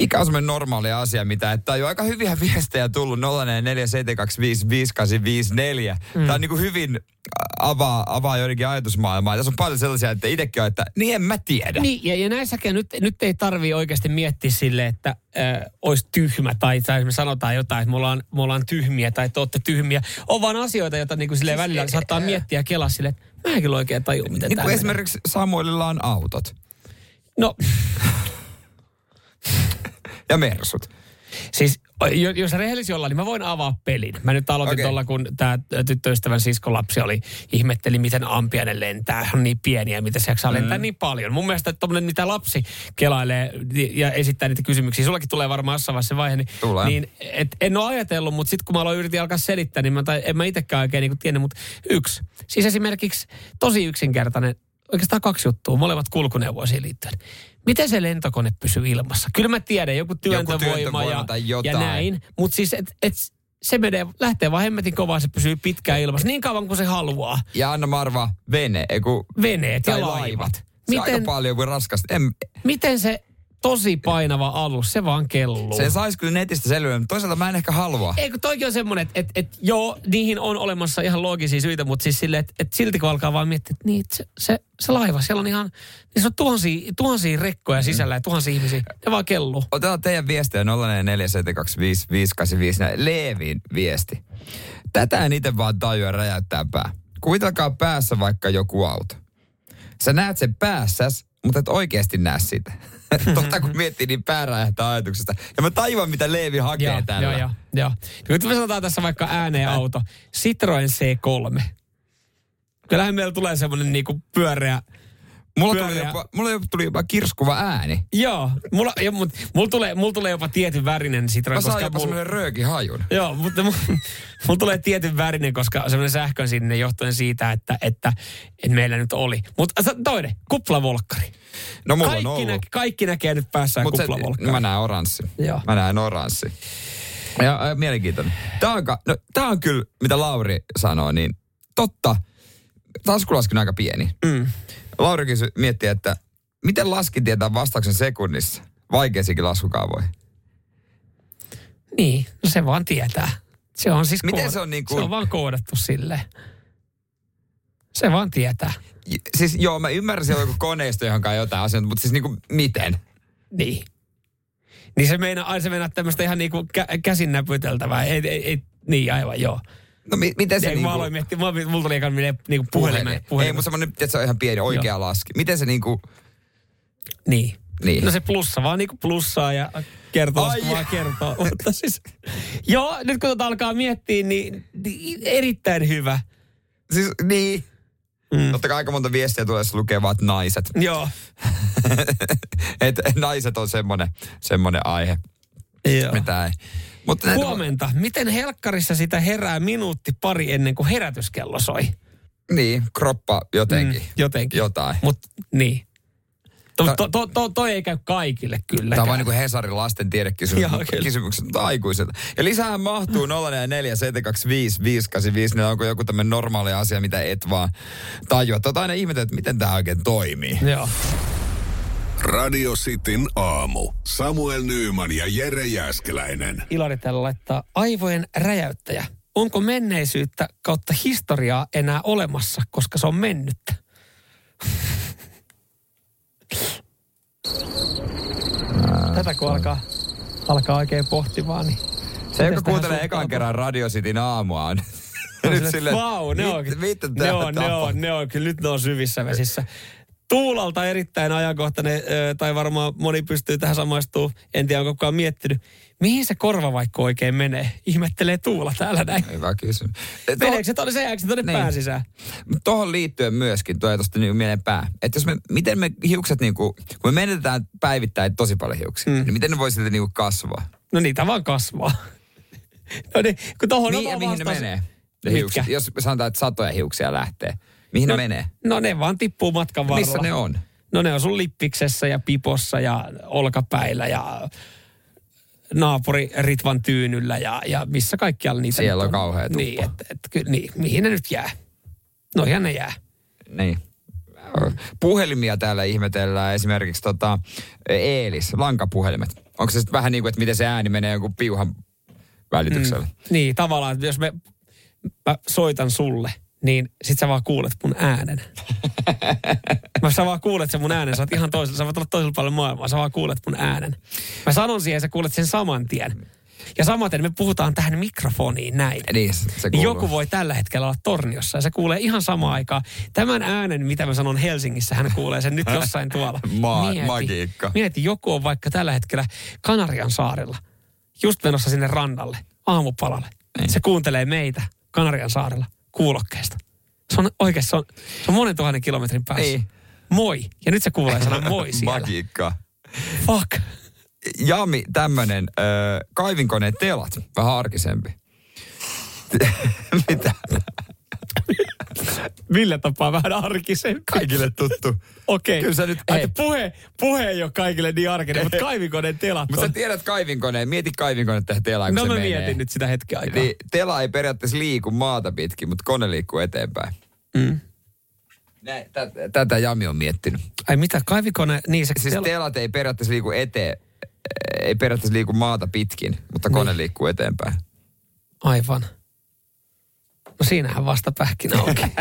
Speaker 4: Ikä on semmoinen normaali asia, mitä että on jo aika hyviä viestejä tullut 0447255854. Mm. Tämä on niin kuin hyvin avaa, avaa joidenkin ajatusmaailmaa. Tässä on paljon sellaisia, että itsekin on, että niin en mä tiedä.
Speaker 3: Niin, ja, ja näissäkään nyt, nyt ei tarvi oikeasti miettiä sille, että äh, olisi tyhmä tai, tai me sanotaan jotain, että me ollaan, me ollaan tyhmiä tai te olette tyhmiä. On vaan asioita, joita niin kuin silleen
Speaker 4: Siis
Speaker 3: välillä saattaa miettiä ja kelaa silleen, että mä en kyllä oikein tajua, miten
Speaker 4: Niin
Speaker 3: tää
Speaker 4: kuin
Speaker 3: menee.
Speaker 4: esimerkiksi Samuelilla on autot
Speaker 3: No,
Speaker 4: ja mersut.
Speaker 3: Siis jo- jos rehellisiä ollaan, niin mä voin avaa pelin. Mä nyt aloitin okay.
Speaker 4: Okei.
Speaker 3: tuolla, kun tämä tyttöystävän siskolapsi oli, ihmetteli, miten ampiainen lentää. Hän on niin pieniä, mitä se
Speaker 4: Mm.
Speaker 3: jaksaa lentää niin paljon. Mun mielestä tuommoinen, mitä lapsi kelailee ja esittää niitä kysymyksiä, sullakin tulee varmaan jossain vaiheessa se vaihe, niin,
Speaker 4: Tulee.
Speaker 3: niin et, en ole ajatellut, mutta sitten kun mä aloin yritin alkaa selittää, niin mä, tai, en mä itsekään oikein niin tiennyt, mutta yksi. Siis esimerkiksi tosi yksinkertainen, oikeastaan kaksi juttua, molemmat kulkuneuvoisiin liittyen. Miten se lentokone pysyy ilmassa? Kyllä mä tiedän, joku työntövoima
Speaker 4: työntövoima
Speaker 3: ja,
Speaker 4: tai
Speaker 3: ja
Speaker 4: jotain.
Speaker 3: näin. Mutta siis et, et, se menee, lähtee vaan hemmetin kovaa, se pysyy pitkään ilmassa. Niin kauan kuin se haluaa.
Speaker 4: Ja anna marva vene, ei kun
Speaker 3: Veneet ja
Speaker 4: tai
Speaker 3: laivat.
Speaker 4: laivat. Se on
Speaker 3: Miten,
Speaker 4: aika paljon kuin raskasta. En,
Speaker 3: miten se tosi painava alus, se vaan kelluu.
Speaker 4: se saisi kyllä netistä selvyyden, mutta toisaalta mä en ehkä halua.
Speaker 3: Eikö toikin on semmoinen, että et, et, joo, niihin on olemassa ihan loogisia syitä, mutta siis sille, että et silti kun alkaa vaan miettiä, että niin, se, se, se, laiva, siellä on ihan, niin se on tuhansia, tuhansia rekkoja sisällä ja tuhansia ihmisiä, ne vaan kelluu.
Speaker 4: Otetaan teidän viestejä 0447255854. Leevin viesti. Tätä en itse vaan tajua ja räjäyttää pää. Kuvitelkaa päässä vaikka joku auto. Sä näet sen päässäs, mutta et oikeasti näe sitä. <laughs> Totta kun miettii, niin pää räjähtää ajatuksesta. Ja mä tajuan, mitä Leevi hakee
Speaker 3: Joo,
Speaker 4: tällä.
Speaker 3: joo, joo, joo. Nyt me sanotaan tässä vaikka ääneen auto. Citroen C3. Kyllähän meillä tulee semmoinen niinku pyöreä...
Speaker 4: Mulla, tuli
Speaker 3: Pyöreä.
Speaker 4: jopa, mulla tuli jopa kirskuva ääni.
Speaker 3: Joo, mulla, jo, mut, mulla, tulee, mulla tulee jopa tietyn värinen Citroen.
Speaker 4: Mä saan
Speaker 3: koska
Speaker 4: jopa
Speaker 3: mulla-
Speaker 4: semmoinen röökihajun.
Speaker 3: Joo, mutta mu- mulla tulee tietyn värinen, koska semmoinen sähkön sinne johtuen siitä, että, että, että meillä nyt oli. Mutta sa- toinen, kuplavolkkari.
Speaker 4: No mulla on
Speaker 3: Kaikki,
Speaker 4: ollut.
Speaker 3: nä- kaikki näkee nyt päässään
Speaker 4: Mut se-
Speaker 3: kuplavolkkari.
Speaker 4: Mä näen oranssi.
Speaker 3: Joo.
Speaker 4: Mä näen oranssi. Ja, äh, mielenkiintoinen. Tää on, ka, no, tää on kyllä, mitä Lauri sanoo, niin totta. Taskulaski on aika pieni. Mm. Lauri kysy, miettii, että miten laski tietää vastauksen sekunnissa? Vaikeisikin laskukaavoihin.
Speaker 3: Niin, no se vaan tietää. Se on siis
Speaker 4: Miten se on niin kuin-
Speaker 3: se on vaan koodattu silleen. Se vaan tietää.
Speaker 4: J- Siis joo, mä ymmärrän siellä on joku koneisto, johon kai jotain asioita, mutta siis niinku miten?
Speaker 3: Niin. Niin se meinaa, ai se meinaa tämmöistä ihan niinku kä- käsin näpyteltävää. Ei, ei, ei, niin aivan, joo.
Speaker 4: No mi- miten se
Speaker 3: Ei,
Speaker 4: niinku...
Speaker 3: mä aloin miettiä, mä, mulla tuli ekan mieleen niinku puhelimen.
Speaker 4: Ei, mutta semmonen, että se on ihan pieni oikea
Speaker 3: Joo.
Speaker 4: laski. Miten se niinku...
Speaker 3: Niin.
Speaker 4: Niin.
Speaker 3: No se plussa vaan niinku plussaa ja kertoo,
Speaker 4: Ai
Speaker 3: kun vaan
Speaker 4: jaa.
Speaker 3: kertoo. <laughs> Mutta siis, joo, nyt kun tota alkaa miettiä, niin, niin erittäin hyvä.
Speaker 4: Siis niin. Mm. Totta kai aika monta viestiä tulee, jos lukee vaan, että
Speaker 3: <laughs>
Speaker 4: naiset.
Speaker 3: Joo.
Speaker 4: Et naiset on semmoinen, semmoinen aihe,
Speaker 3: joo.
Speaker 4: mitä ei. Mutta näitä-
Speaker 3: Huomenta. Miten helkkarissa sitä herää minuutti pari ennen kuin herätyskello soi?
Speaker 4: Niin, kroppa jotenkin.
Speaker 3: Mm, jotenkin.
Speaker 4: Jotain.
Speaker 3: Mut niin. To,
Speaker 4: Tää-
Speaker 3: to, to, to, toi ei käy kaikille kyllä.
Speaker 4: Tämä on vain niin kuin Hesarin lasten tiedekysymys,
Speaker 3: Joo,
Speaker 4: mutta
Speaker 3: kyllä.
Speaker 4: kysymykset mutta aikuisilta. Ja lisää mahtuu 04 725 585, niin onko joku tämmöinen normaali asia, mitä et vaan tajua. Tota aina ihmetellä, että miten tämä oikein toimii.
Speaker 3: Joo.
Speaker 2: Radio Cityn aamu. Samuel Nyyman ja Jere Jäskeläinen.
Speaker 3: Ilari täällä laittaa aivojen räjäyttäjä. Onko menneisyyttä kautta historiaa enää olemassa, koska se on mennyttä? <laughs> Tätä kun alkaa, alkaa oikein pohtimaan, niin...
Speaker 4: Se, joka
Speaker 3: Mites
Speaker 4: kuuntelee
Speaker 3: tähän
Speaker 4: ekan
Speaker 3: suhtautuu?
Speaker 4: kerran Radio Cityn aamua, on
Speaker 3: Mä
Speaker 4: <laughs> nyt
Speaker 3: silleen,
Speaker 4: silleen,
Speaker 3: vau, ne, on,
Speaker 4: mit, mitä
Speaker 3: ne,
Speaker 4: täällä
Speaker 3: on, ne,
Speaker 4: tapahtuu?
Speaker 3: on, ne on, kyllä nyt ne on syvissä vesissä. Tuulalta erittäin ajankohtainen, ö, tai varmaan moni pystyy tähän samaistumaan. En tiedä, onko kukaan miettinyt. Mihin se korvavaikko oikein menee? Ihmettelee Tuula täällä näin.
Speaker 4: Hyvä kysymys. Eh,
Speaker 3: Meneekö se tuonne, se jääkö se tuonne niin. pään sisään?
Speaker 4: Tuohon liittyen myöskin, tuo tuosta niin mieleen pää. Että jos me, miten me hiukset, niin kuin, kun me menetetään päivittäin tosi paljon hiuksia, mm. niin miten ne voi silti niin kuin kasvaa?
Speaker 3: No niitä vaan kasvaa. <laughs> no niin, kun tohon
Speaker 4: Niin,
Speaker 3: on
Speaker 4: ja
Speaker 3: vaan
Speaker 4: mihin ne
Speaker 3: vastaus-
Speaker 4: menee? Ne
Speaker 3: Mitkä?
Speaker 4: hiukset, jos sanotaan, että satoja hiuksia lähtee. Mihin
Speaker 3: no,
Speaker 4: ne menee?
Speaker 3: No ne vaan tippuu matkan varrella.
Speaker 4: Missä ne on?
Speaker 3: No ne on sun lippiksessä ja pipossa ja olkapäillä ja naapuri Ritvan tyynyllä ja, ja missä kaikkialla niitä
Speaker 4: Siellä
Speaker 3: nyt
Speaker 4: on kauhea tuppo.
Speaker 3: Niin, et, et, ky, niin, mihin ne nyt jää? No ihan ne jää.
Speaker 4: Niin. Puhelimia täällä ihmetellään esimerkiksi tota, Eelis, lankapuhelimet. Onko se sitten vähän niin kuin, että miten se ääni menee jonkun piuhan välityksellä? Mm.
Speaker 3: Niin, tavallaan, että jos me, mä soitan sulle, niin sit sä vaan kuulet mun
Speaker 4: <laughs>
Speaker 3: äänen. mä sä vaan kuulet sen mun äänen, sä oot ihan toisella, sä voit olla toisella puolella maailmaa, sä vaan kuulet mun äänen. Mä sanon siihen, sä kuulet sen saman tien. Ja samaten me puhutaan tähän mikrofoniin näin.
Speaker 4: Niin, se
Speaker 3: Niin
Speaker 4: kuuluu.
Speaker 3: joku voi tällä hetkellä olla torniossa ja se kuulee ihan samaan aikaan. Tämän äänen, mitä mä sanon Helsingissä, hän kuulee sen nyt jossain tuolla.
Speaker 4: <laughs> Ma- magiikka.
Speaker 3: mieti, joku on vaikka tällä hetkellä Kanarian saarella, just menossa sinne rannalle, aamupalalle.
Speaker 4: Niin.
Speaker 3: Se kuuntelee meitä Kanarian saarella kuulokkeesta. Se on oikeasti, se on, se on monen tuhannen kilometrin päässä.
Speaker 4: Niin.
Speaker 3: Moi. Ja nyt se kuulee
Speaker 4: <laughs>
Speaker 3: sanan moi siellä.
Speaker 4: Magiikka.
Speaker 3: Fuck.
Speaker 4: Jami, tämmönen äh, kaivinkoneen telat, vähän arkisempi. Mitä?
Speaker 3: Millä tapaa vähän arkisempi?
Speaker 4: Kaikille tuttu.
Speaker 3: Okei.
Speaker 4: Kyllä sä nyt-
Speaker 3: Ai,
Speaker 4: hei.
Speaker 3: puhe, puhe ei ole kaikille niin arkinen, mutta kaivikoneen telat
Speaker 4: Mutta
Speaker 3: on.
Speaker 4: sä tiedät kaivinkoneen, mieti kaivinkonetta tähän telaan, kun
Speaker 3: No
Speaker 4: se
Speaker 3: mä
Speaker 4: menee.
Speaker 3: mietin nyt sitä hetki aikaa.
Speaker 4: Niin, tela ei periaatteessa liiku maata pitkin, mutta kone liikkuu eteenpäin.
Speaker 3: Mm.
Speaker 4: Näin, tätä, tätä Jami on miettinyt.
Speaker 3: Ai mitä, kaivikone, niin se
Speaker 4: Siis
Speaker 3: tel-
Speaker 4: telat ei periaatteessa liiku eteen, ei periaatteessa liiku maata pitkin, mutta kone
Speaker 3: Niin.
Speaker 4: liikkuu
Speaker 3: <laughs>
Speaker 4: eteenpäin.
Speaker 3: Aivan. No siinähän vasta pähkinä onkin.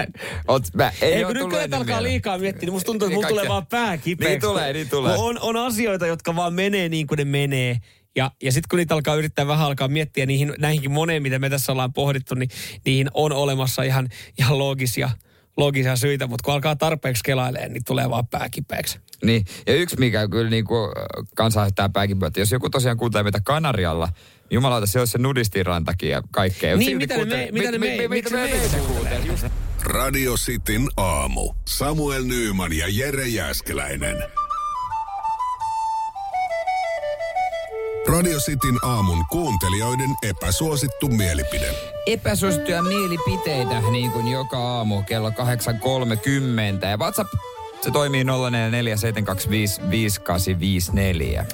Speaker 4: Oot, mä, <laughs> ei,
Speaker 3: Ei,
Speaker 4: oo
Speaker 3: kun nyt
Speaker 4: tullut
Speaker 3: kun näitä
Speaker 4: ennen
Speaker 3: alkaa
Speaker 4: mieleen.
Speaker 3: liikaa miettiä, niin musta tuntuu, että
Speaker 4: Niin
Speaker 3: mulla tulee
Speaker 4: kaikkea.
Speaker 3: vaan pää kipeäksi.
Speaker 4: Niin tulee, niin tulee.
Speaker 3: Kun On, on asioita, jotka vaan menee niin kuin ne menee. Ja, ja sitten kun niitä alkaa yrittää vähän alkaa miettiä niihin, näihinkin moneen, mitä me tässä ollaan pohdittu, niin niihin on olemassa ihan, ihan loogisia, loogisia syitä. Mutta kun alkaa tarpeeksi kelailemaan, niin tulee vaan pää kipeäksi.
Speaker 4: Niin, ja yksi mikä kyllä niin kuin kansa aiheuttaa pääkinpyötä, että jos joku tosiaan kuuntelee meitä Kanarialla, niin jumalauta, se olisi se nudistiran takia ja kaikkea.
Speaker 3: Niin,
Speaker 4: Silti
Speaker 3: mitä ne
Speaker 4: kuuntelee-
Speaker 3: me- mitä ne
Speaker 4: mi-
Speaker 3: me-
Speaker 4: mi- mi-
Speaker 3: miksi
Speaker 4: mitä
Speaker 3: ne
Speaker 4: me-
Speaker 3: meitä kuuntelee?
Speaker 4: Just-
Speaker 2: Radio Cityn aamu. Samuel Nyyman ja Jere Jäskeläinen. Radio Cityn aamun kuuntelijoiden epäsuosittu mielipide.
Speaker 4: epäsuosittuja mielipiteitä niin kuin joka aamu kello 8.30. Ja WhatsApp, se toimii 0447255854.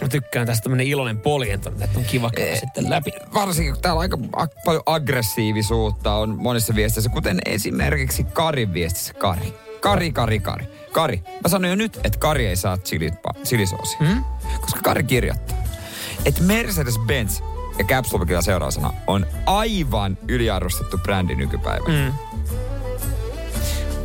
Speaker 3: Mä tykkään tästä tämmönen iloinen poljento, että on kiva käydä sitten läpi.
Speaker 4: Varsinkin kun täällä aika a- paljon aggressiivisuutta on monissa viesteissä, kuten esimerkiksi Karin viestissä. Kari. Kari, Kari, Kari. Kari. Mä sanoin jo nyt, että Kari ei saa chilipa- chilisoosia. Hmm? Koska Kari kirjoittaa, että Mercedes-Benz ja Caps Lockilla seuraava sana on aivan yliarvostettu brändi nykypäivänä.
Speaker 3: Mm.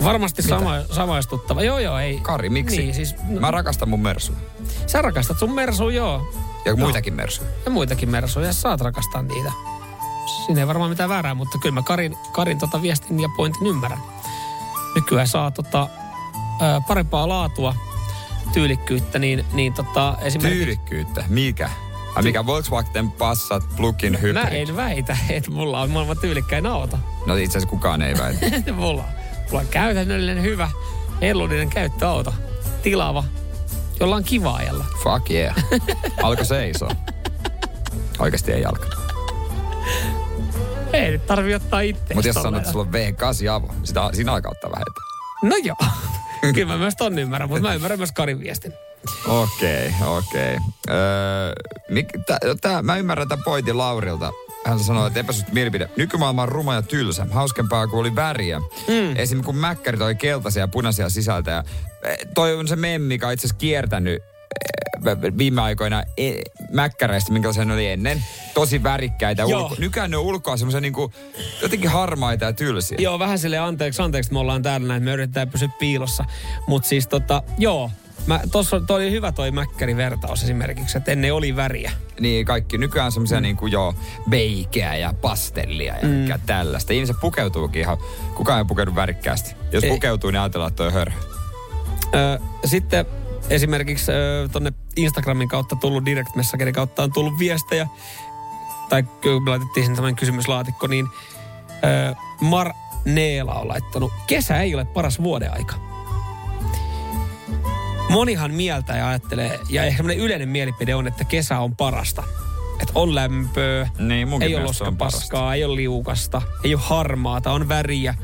Speaker 3: Varmasti sama, samaistuttava. Joo, joo, ei.
Speaker 4: Kari, miksi?
Speaker 3: Niin, siis, no,
Speaker 4: Mä rakastan mun mersuja.
Speaker 3: Sä rakastat sun mersuja, joo.
Speaker 4: Ja muitakin mersuja.
Speaker 3: Ja muitakin mersuja, sä saat rakastaa niitä. Siinä ei varmaan mitään väärää, mutta kyllä mä Karin, Karin tota viestin ja pointin ymmärrän. Nykyään saa tota, ö, parempaa laatua, tyylikkyyttä, niin, niin tota, esimerkiksi...
Speaker 4: Tyylikkyyttä. Mikä? Ai mikä Volkswagen Passat plug-in
Speaker 3: Mä
Speaker 4: hybrid?
Speaker 3: en väitä, <laughs> että mulla on maailman tyylikkäin auto.
Speaker 4: No itse asiassa kukaan ei väitä.
Speaker 3: mulla, mulla on käytännöllinen, hyvä, edullinen käyttöauto. Tilava, jolla on kiva ajalla.
Speaker 4: Fuck yeah. Alko seisoo. Oikeasti ei alka.
Speaker 3: Ei nyt tarvi ottaa itse.
Speaker 4: Mutta jos sanot, että sulla on V8 avo, niin sitä, siinä alkaa ottaa vähän eteen.
Speaker 3: No joo. <laughs> Kyllä mä myös ton ymmärrän, mutta mä ymmärrän myös Karin viestin.
Speaker 4: Okei, okay, okei. Okay. Öö, mik, tää, tää, mä ymmärrän tämän pointin Laurilta. Hän sanoi, että epäsuhti mielipide. Nykymaailma on ruma ja tylsä. Hauskempaa kuin oli väriä. Mm. Esimerkiksi kun mäkkärit oli keltaisia ja punaisia sisältä. Ja, eh, toi on se memmi, mikä on itse asiassa kiertänyt eh, vä- viime aikoina eh, mäkkäreistä, minkälaisia ne oli ennen. Tosi värikkäitä.
Speaker 3: Joo.
Speaker 4: Ulko, nykyään ne on ulkoa semmoisia niinku, jotenkin harmaita ja tylsiä.
Speaker 3: Joo, vähän sille anteeksi, anteeksi, että me ollaan täällä näin, että me yritetään pysyä piilossa. Mutta siis tota, joo, mä, tossa, toi oli hyvä toi mäkkärivertaus esimerkiksi, että ennen oli väriä.
Speaker 4: Niin kaikki nykyään semmoisia mm. niin kuin joo, beikeä ja pastellia ja mm. tällaista. Ihmiset pukeutuukin ihan, kukaan ei pukeudu värikkäästi. Jos
Speaker 3: Ei.
Speaker 4: pukeutuu, niin ajatellaan, että toi on hörhö.
Speaker 3: Ö, sitten esimerkiksi ö, tonne Instagramin kautta tullut direct messagerin kautta on tullut viestejä, tai kun me laitettiin sinne tämmöinen kysymyslaatikko, niin ö, Mar Neela on laittanut, kesä ei ole paras vuodeaika. Monihan mieltä ja ajattelee, ja ehkä semmoinen yleinen mielipide on, että kesä on parasta. Että on lämpöä,
Speaker 4: Niin, munkin
Speaker 3: ei ole
Speaker 4: mielestä se on
Speaker 3: loskapaskaa, ei ole liukasta, ei ole harmaata, on väriä.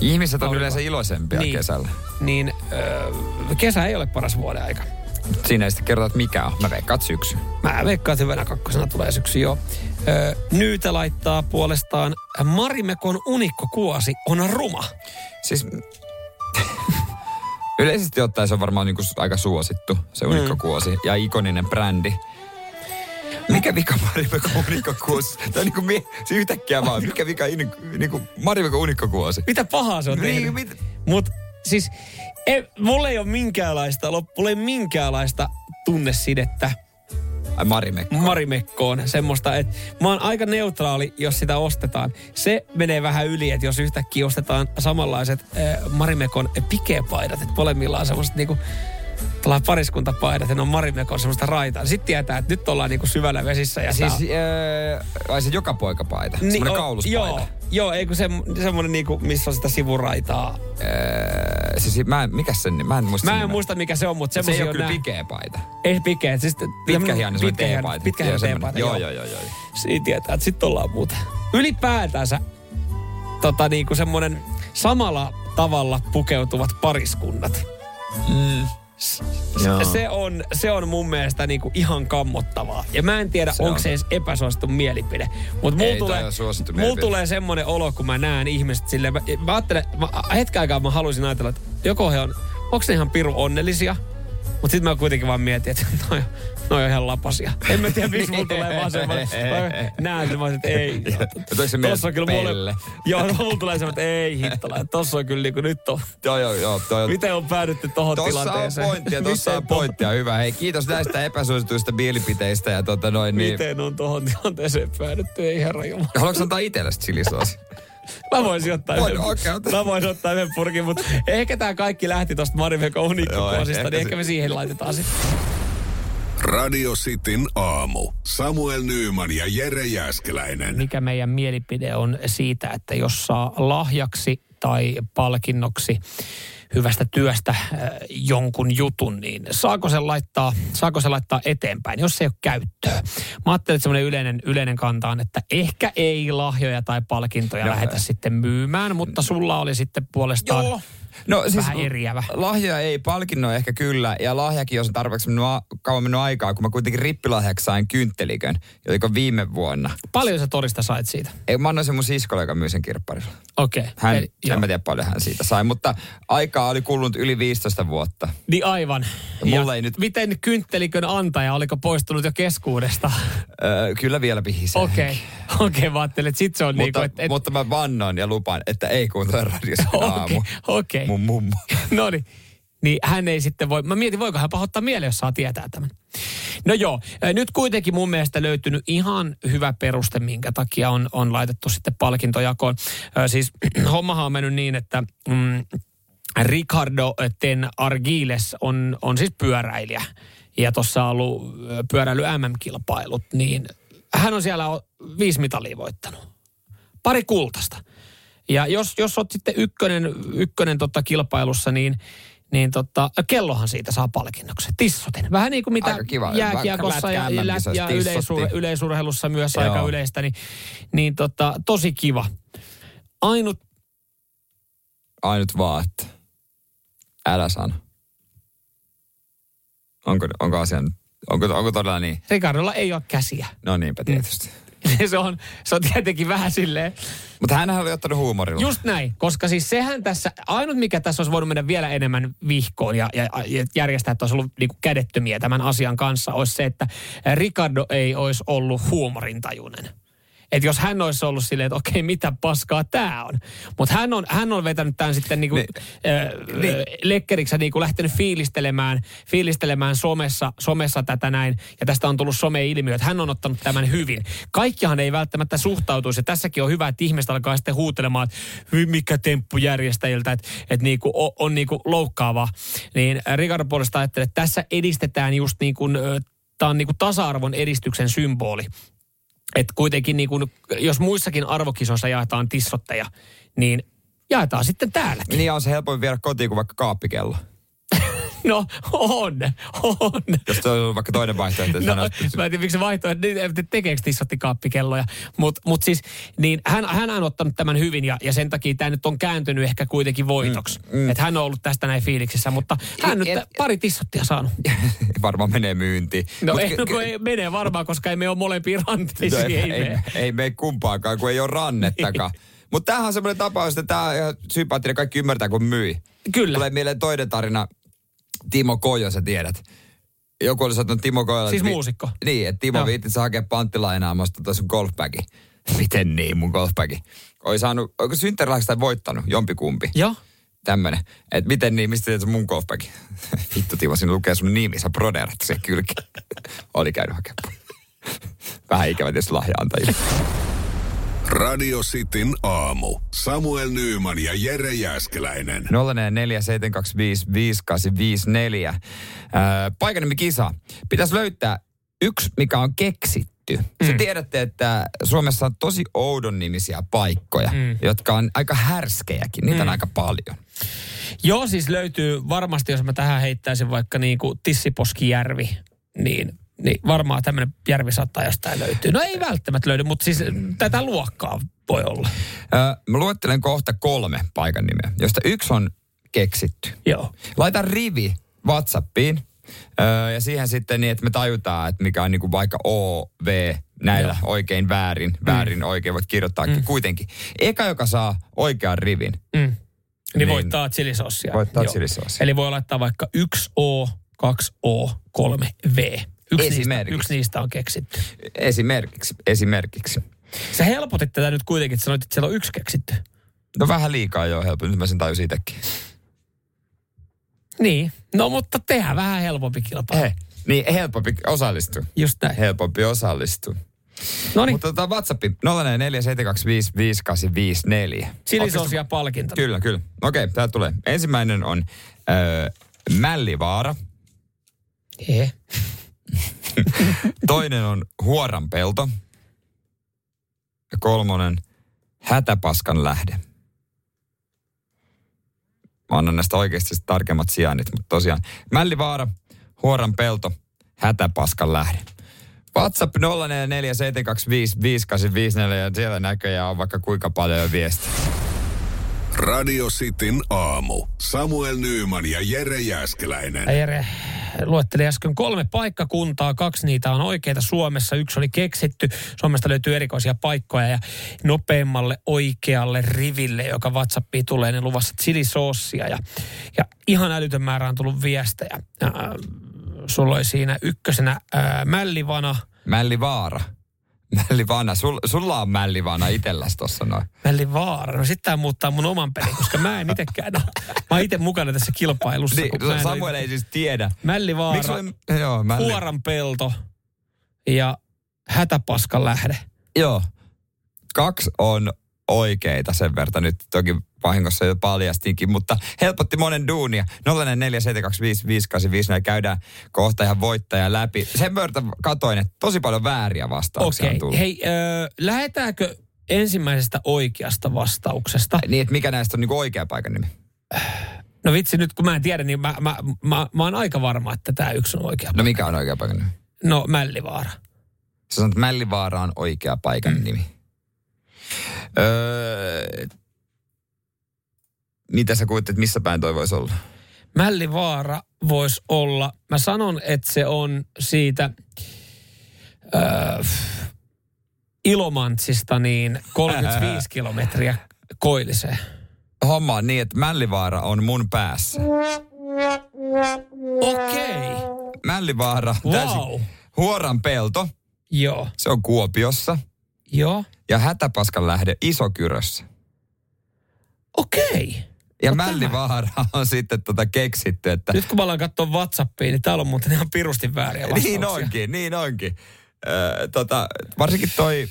Speaker 4: Ihmiset on
Speaker 3: Aurinko.
Speaker 4: yleensä iloisempia
Speaker 3: Niin.
Speaker 4: kesällä.
Speaker 3: Niin öö, kesä ei ole paras vuoden aika.
Speaker 4: Siinä ei sitten kerrota, että mikä on. Mä veikkaan että syksy.
Speaker 3: Mä veikkaan, että hyvänä kakkosena tulee syksy jo. Öö, Nyytä laittaa puolestaan Marimekon unikkokuosi on ruma.
Speaker 4: Siis <laughs> yleisesti ottaen se on varmaan niinku aika suosittu, se unikkokuosi. Ja ikoninen brändi. Mikä vika <laughs> Marimekon unikkokuosi? Tämä on niinku mie- se yhtäkkiä vaan, mikä vika in- niinku Marimekon unikkokuosi?
Speaker 3: Mitä pahaa se on
Speaker 4: Niin,
Speaker 3: tehnyt?
Speaker 4: mit-
Speaker 3: Mut siis, ei, mulla ei ole minkäänlaista, lop- mulla ei ole minkäänlaista tunnesidettä
Speaker 4: Ai Marimekko.
Speaker 3: Marimekkoon. Semmoista, että mä oon aika neutraali, jos sitä ostetaan. Se menee vähän yli, että jos yhtäkkiä ostetaan samanlaiset äh, Marimekon pikepaidat, että molemmilla on semmoiset niinku tällaiset pariskuntapaidat ja ne on Marimekon semmoista raitaa. Sitten tietää, että nyt ollaan niinku syvällä vesissä. Ja
Speaker 4: Siis,
Speaker 3: tää on-
Speaker 4: äh, ai se joka poika paita. Niin,
Speaker 3: Niin,
Speaker 4: Semmoinen
Speaker 3: o-
Speaker 4: kauluspaita.
Speaker 3: Joo, joo ei kun se, semmoinen niinku, missä on sitä sivuraitaa.
Speaker 4: Öö, siis mä en, mikä sen, mä en muista sen
Speaker 3: Mä en
Speaker 4: nimeä.
Speaker 3: muista mikä se on, mutta
Speaker 4: Se ei
Speaker 3: semmoisia
Speaker 4: ole kyllä
Speaker 3: nähnyt.
Speaker 4: pikeä paita.
Speaker 3: Ei se pikeä. Siis,
Speaker 4: Pitkä hieno semmoinen
Speaker 3: pitkä hieno-
Speaker 4: teepaita.
Speaker 3: Pitkä
Speaker 4: Joo,
Speaker 3: hieno
Speaker 4: semmoinen.
Speaker 3: teepaita,
Speaker 4: Joo, joo, joo, joo.
Speaker 3: Siinä tietää, että sitten ollaan muuta. Ylipäätänsä tota, niinku semmoinen samalla tavalla pukeutuvat pariskunnat.
Speaker 4: Mm.
Speaker 3: Se, se, on, se on mun mielestä niinku ihan kammottavaa. Ja mä en tiedä,
Speaker 4: Se
Speaker 3: onko
Speaker 4: on.
Speaker 3: se edes epäsuosittu mielipide. Mutta
Speaker 4: Ei
Speaker 3: mulla
Speaker 4: toi
Speaker 3: tulee,
Speaker 4: ole suosittu
Speaker 3: mul
Speaker 4: mielipide.
Speaker 3: tulee semmoinen olo, kun mä näen ihmiset silleen. Mä, mä ajattelen, mä, hetken aikaa mä haluaisin ajatella, että joko he on, onko ne ihan piru onnellisia? Mutta sitten mä kuitenkin vaan mietin, että <laughs> noi, on- noi on ihan lapasia. En mä tiedä, miksi mulla tulee vaan semmoinen.
Speaker 4: <laughs>
Speaker 3: mä Näen, että mä olisin, että ei.
Speaker 4: Toiko se
Speaker 3: Tossa on kyllä mulle,
Speaker 4: pelle?
Speaker 3: joo, no, mulla tulee semmoinen, että ei hittala. Tossa on kyllä niinku, nyt on.
Speaker 4: Joo, joo, joo. Toi on,
Speaker 3: Miten on päädytty tohon
Speaker 4: tossa on
Speaker 3: tilanteeseen?
Speaker 4: pointtia, tossa
Speaker 3: Miten
Speaker 4: on pointtia. Hyvä. Hei, kiitos näistä epäsuosituista mielipiteistä ja tota noin niin.
Speaker 3: Miten on tuohon tilanteeseen päädytty, ei herra Jumala.
Speaker 4: Haluatko antaa itsellesi chilisoosi?
Speaker 3: Mä voisin ottaa
Speaker 4: Voin,
Speaker 3: yhden,
Speaker 4: okei, ota.
Speaker 3: mä voisin ottaa yhden purkin, mutta ehkä tämä kaikki lähti tuosta Marimekon
Speaker 4: Joo,
Speaker 3: unikkokuosista,
Speaker 4: ehkä
Speaker 3: niin
Speaker 4: se-
Speaker 3: ehkä me siihen laitetaan sitten.
Speaker 2: Radio Cityn aamu. Samuel Nyyman ja Jere Jäskeläinen.
Speaker 3: Mikä meidän mielipide on siitä, että jos saa lahjaksi tai palkinnoksi hyvästä työstä äh, jonkun jutun, niin saako se laittaa, saako se laittaa eteenpäin, jos se ei ole käyttöä? Mä ajattelin, että semmoinen yleinen, yleinen kanta on, että ehkä ei lahjoja tai palkintoja
Speaker 4: Joo.
Speaker 3: lähetä sitten myymään, mutta sulla oli sitten puolestaan
Speaker 4: Joo. No siis
Speaker 3: vähän eriävä.
Speaker 4: lahjoja ei, palkinnoja ehkä kyllä. Ja lahjakin, jos on tarpeeksi mennyt, a- kauan mennyt aikaa, kun mä kuitenkin rippilahjaksi sain kynttelikön, joka viime vuonna.
Speaker 3: Paljon sä torista sait siitä?
Speaker 4: Ei, mä annoin sen mun siskolle, joka myi sen kirpparilla.
Speaker 3: Okei.
Speaker 4: Hän,
Speaker 3: Eli-
Speaker 4: en
Speaker 3: joo.
Speaker 4: mä tiedä paljon hän siitä sai, mutta aikaa oli kulunut yli 15 vuotta.
Speaker 3: Niin aivan.
Speaker 4: Ja mulla ei nyt-
Speaker 3: Miten kynttelikön antaja, oliko poistunut jo keskuudesta?
Speaker 4: Öö, kyllä vielä pihisee. <laughs>
Speaker 3: Okei, okei, mä ajattelin, että sit se on
Speaker 4: Mutta,
Speaker 3: niinku, että... Et,
Speaker 4: mutta mä vannon ja lupaan, että ei kuuntele radiossa
Speaker 3: Okei,
Speaker 4: aamu.
Speaker 3: okei. <laughs>
Speaker 4: Mun mummo.
Speaker 3: No niin. Niin hän ei sitten voi, mä mietin, voiko hän pahoittaa mieleen, jos saa tietää tämän. No joo, eh, nyt kuitenkin mun mielestä löytynyt ihan hyvä peruste, minkä takia on, on laitettu sitten palkintojakoon. Ö, Siis <clears throat> hommahan on mennyt niin, että mm, Ricardo Ten Argiles on, on siis pyöräilijä. Ja tuossa on ollut ö, pyöräily MM-kilpailut, niin hän on siellä o- viisi mitalia voittanut. Pari kultasta. Ja jos, jos oot sitten ykkönen, ykkönen tota kilpailussa, niin, niin tota, kellohan siitä saa palkinnoksi. Tissotin. Vähän niin kuin mitä
Speaker 4: Aika kiva.
Speaker 3: jääkiekossa ja,
Speaker 4: Lätkä
Speaker 3: ja,
Speaker 4: MM-kisoissa
Speaker 3: ja
Speaker 4: tissotti.
Speaker 3: yleisur, yleisurheilussa myös
Speaker 4: Joo.
Speaker 3: aika yleistä, niin, niin tota, tosi kiva. Ainut
Speaker 4: Ainut vaan, että älä sano. Onko, onko asia nyt- onko, onko todella niin?
Speaker 3: Ricardolla ei ole käsiä. <laughs>
Speaker 4: No
Speaker 3: Mm.
Speaker 4: niinpä tietysti.
Speaker 3: se, on, se on tietenkin vähän silleen,
Speaker 4: Mutta hän oli ottanut huumorilla.
Speaker 3: just näin, koska siis sehän tässä, ainut mikä tässä olisi voinut mennä vielä enemmän vihkoon ja, ja, ja järjestää, että olisi ollut niinku kädettömiä tämän asian kanssa, olisi se, että Ricardo ei olisi ollut huumorintajuinen. Että jos hän olisi ollut silleen, että okei, mitä paskaa tämä on. Mutta hän on, hän on vetänyt tämän sitten niinku, ne, äh, ne. lekkeriksi ja niinku lähtenyt fiilistelemään, fiilistelemään somessa, somessa tätä näin. Ja tästä on tullut some-ilmiö, että hän on ottanut tämän hyvin. Kaikkihan ei välttämättä suhtautuisi. Ja tässäkin on hyvä, että ihmiset alkaa sitten huutelemaan, että "Hyi, mikä temppu järjestäjiltä, että, että niinku, o- on niinku loukkaava. Niin Ricardo puolesta ajattelee, että tässä edistetään just niin kuin, tämä on niin kuin tasa-arvon edistyksen symboli. Että kuitenkin niin kuin, jos muissakin arvokisoissa jaetaan tissotteja, niin jaetaan sitten täälläkin.
Speaker 4: Niin on se helpoin viedä kotiin kuin vaikka kaappikello.
Speaker 3: No on, on.
Speaker 4: Jos se on vaikka toinen vaihtoehto.
Speaker 3: No,
Speaker 4: että sanoisi-
Speaker 3: mä en tiedä, miksi se vaihtoehto, että tekeekö tissotti kaappikelloja. Mutta mut siis, niin hän, hän on ottanut tämän hyvin ja, ja sen takia tämä nyt on kääntynyt ehkä kuitenkin voitoksi. Mm, mm. Että hän on ollut tästä näin fiiliksissä, mutta hän nyt
Speaker 4: Et-
Speaker 3: pari tissottia saanut. <laughs>
Speaker 4: <laughs> varmaan menee myyntiin.
Speaker 3: No
Speaker 4: Mut
Speaker 3: ei,
Speaker 4: ky-
Speaker 3: no,
Speaker 4: ky- no
Speaker 3: kun ei mene varmaan, koska ei me ole molempiin ranteisiin.
Speaker 4: ei,
Speaker 3: No, ei,
Speaker 4: ei,
Speaker 3: mene.
Speaker 4: ei mene kumpaakaan, kun ei ole
Speaker 3: <laughs>
Speaker 4: rannettakaan. Mutta tämähän on semmoinen tapaus, että tämä on ihan sympaattinen, kaikki ymmärtää, kun myi.
Speaker 3: Kyllä.
Speaker 4: Tulee mieleen toinen tarina, Timo Kojo, sä tiedät. Joku oli saattanut Timo Kojolle...
Speaker 3: Siis
Speaker 4: että vi-
Speaker 3: muusikko.
Speaker 4: Niin, että Timo
Speaker 3: Joo.
Speaker 4: viitti saa hakea panttilainaamosta tuossa golfbagi. <laughs> Miten niin, mun golfbagi. Oi saanut, oiko synttärilahjasta voittanut, jompikumpi.
Speaker 3: Joo.
Speaker 4: Tämmönen. Et miten niin, mistä tiedät se mun golfbagi? <laughs> Vittu Timo, siinä lukee sun nimi, sä broderat se kylki. <laughs> oli käynyt hakemaan. <laughs> Vähän ikävä tietysti <laughs> lahjaantajille.
Speaker 2: Radio Cityn aamu. Samuel Nyyman ja Jere Jäskeläinen.
Speaker 4: 047255854. Öö, Paikallinen kisa. Pitäisi löytää yksi, mikä on keksitty. Mm. Se tiedätte, että Suomessa on tosi oudon nimisiä paikkoja, mm. jotka on aika härskejäkin. Niitä mm. on aika paljon.
Speaker 3: Joo, siis löytyy varmasti, jos mä tähän heittäisin vaikka niin kuin Tissiposkijärvi, niin, niin varmaan tämmöinen järvi saattaa jostain löytyä. No ei välttämättä löydy, mutta siis tätä luokkaa voi olla.
Speaker 4: Öö, mä luettelen kohta kolme paikan nimeä, josta yksi on keksitty.
Speaker 3: Joo.
Speaker 4: Laita rivi WhatsAppiin öö, ja siihen sitten niin, että me tajutaan, että mikä on niinku vaikka O, V, näillä Joo. oikein väärin, väärin mm. oikein voit kirjoittaakin mm. kuitenkin. Eka, joka saa oikean rivin,
Speaker 3: Mm. Niin,
Speaker 4: Niin.
Speaker 3: voittaa chilisossia.
Speaker 4: voittaa
Speaker 3: Joo.
Speaker 4: chilisoosia.
Speaker 3: Eli voi laittaa vaikka 1O, 2O, 3V. Yksi niistä,
Speaker 4: Esimerkiksi.
Speaker 3: yksi niistä on keksitty.
Speaker 4: Esimerkiksi, esimerkiksi.
Speaker 3: Sä helpotit tätä nyt kuitenkin, että sanoit, että siellä on yksi keksitty.
Speaker 4: No vähän liikaa jo helppo, nyt mä sen tajusin itsekin.
Speaker 3: Niin. No mutta tehdään vähän helpompi kilpailu.
Speaker 4: He, niin helpompi osallistua.
Speaker 3: Just näin.
Speaker 4: Helpompi osallistua.
Speaker 3: No niin,
Speaker 4: Mutta tota, otetaan WhatsApp 047255854.
Speaker 3: chilisossia palkinto.
Speaker 4: Kyllä, kyllä. Okei, tää tulee. Ensimmäinen on öö, Mällivaara.
Speaker 3: Eh.
Speaker 4: Toinen on Huoranpelto. Ja kolmonen Hätäpaskan lähde. Mä annan näistä oikeasti sit tarkemmat sijainnit, mutta tosiaan Mällivaara, Huoranpelto, Hätäpaskan lähde. WhatsApp 0447255854 ja siellä näköjään on vaikka kuinka paljon viestiä.
Speaker 2: Radio Cityn aamu. Samuel Nyyman ja Jere Jäskeläinen.
Speaker 3: Ja Jere luetteli äsken kolme paikkakuntaa, kaksi niitä on oikeita Suomessa, yksi oli keksitty. Suomesta löytyy erikoisia paikkoja ja nopeimmalle oikealle riville, joka WhatsAppiin tulee, niin luvassa chilisoossia. Ja, ja ihan älytön määrä on tullut viestejä. Äh, sulla oli siinä ykkösenä äh, mällivana,
Speaker 4: Mällivaara. Mällivana. Sul, sulla on mällivana itselläs tossa noin.
Speaker 3: mällivaara. No sitten tämä muuttaa mun oman pelin, koska mä en itsekään ole. Mä oon itse mukana tässä kilpailussa. kun mä en
Speaker 4: Niin,
Speaker 3: ole
Speaker 4: Samuel ei siis tiedä.
Speaker 3: Mällivaara.
Speaker 4: Miksi sulla ei- joo, mälli-
Speaker 3: Kuoran pelto ja hätäpaskan lähde.
Speaker 4: Joo. Kaksi on oikeita sen verran nyt. Toki vahingossa jo paljastinkin, mutta helpotti monen duunia. 047255854 käydään kohta ihan voittaja läpi. Sen verran katoin, että tosi paljon vääriä vastauksia
Speaker 3: Okei,
Speaker 4: on tullut.
Speaker 3: hei, ö, lähetäänkö ensimmäisestä oikeasta vastauksesta?
Speaker 4: Niin, että mikä näistä on niinku oikea paikan nimi?
Speaker 3: No vitsi, nyt kun mä en tiedä, niin mä, mä, mä, mä oon aika varma, että tämä yksi on oikea.
Speaker 4: No mikä on oikea paikan nimi?
Speaker 3: No, Mällivaara.
Speaker 4: Sä sanot, että Mällivaara on oikea paikan mm. nimi. Öö, mitä sä kuvittelet, missä päin toi voisi olla?
Speaker 3: Mällivaara voisi olla, mä sanon, että se on siitä ö, Ilomantsista niin 35 kilometriä koilliseen.
Speaker 4: Homma on niin, että Mällivaara on mun päässä.
Speaker 3: Okei, okay.
Speaker 4: Mällivaara,
Speaker 3: wow.
Speaker 4: täysin Huoran pelto,
Speaker 3: Joo,
Speaker 4: se on Kuopiossa.
Speaker 3: Joo.
Speaker 4: Ja hätäpaskan lähde Isokyrössä.
Speaker 3: Okei.
Speaker 4: Ja Mällivaara <laughs> on sitten tota keksitty, että...
Speaker 3: No Nyt kun mä alan katsoa Whatsappia, niin täällä on muuten ihan pirusti vääriä vastauksia.
Speaker 4: Niin onkin, niin onkin. Öö, tota, varsinkin toi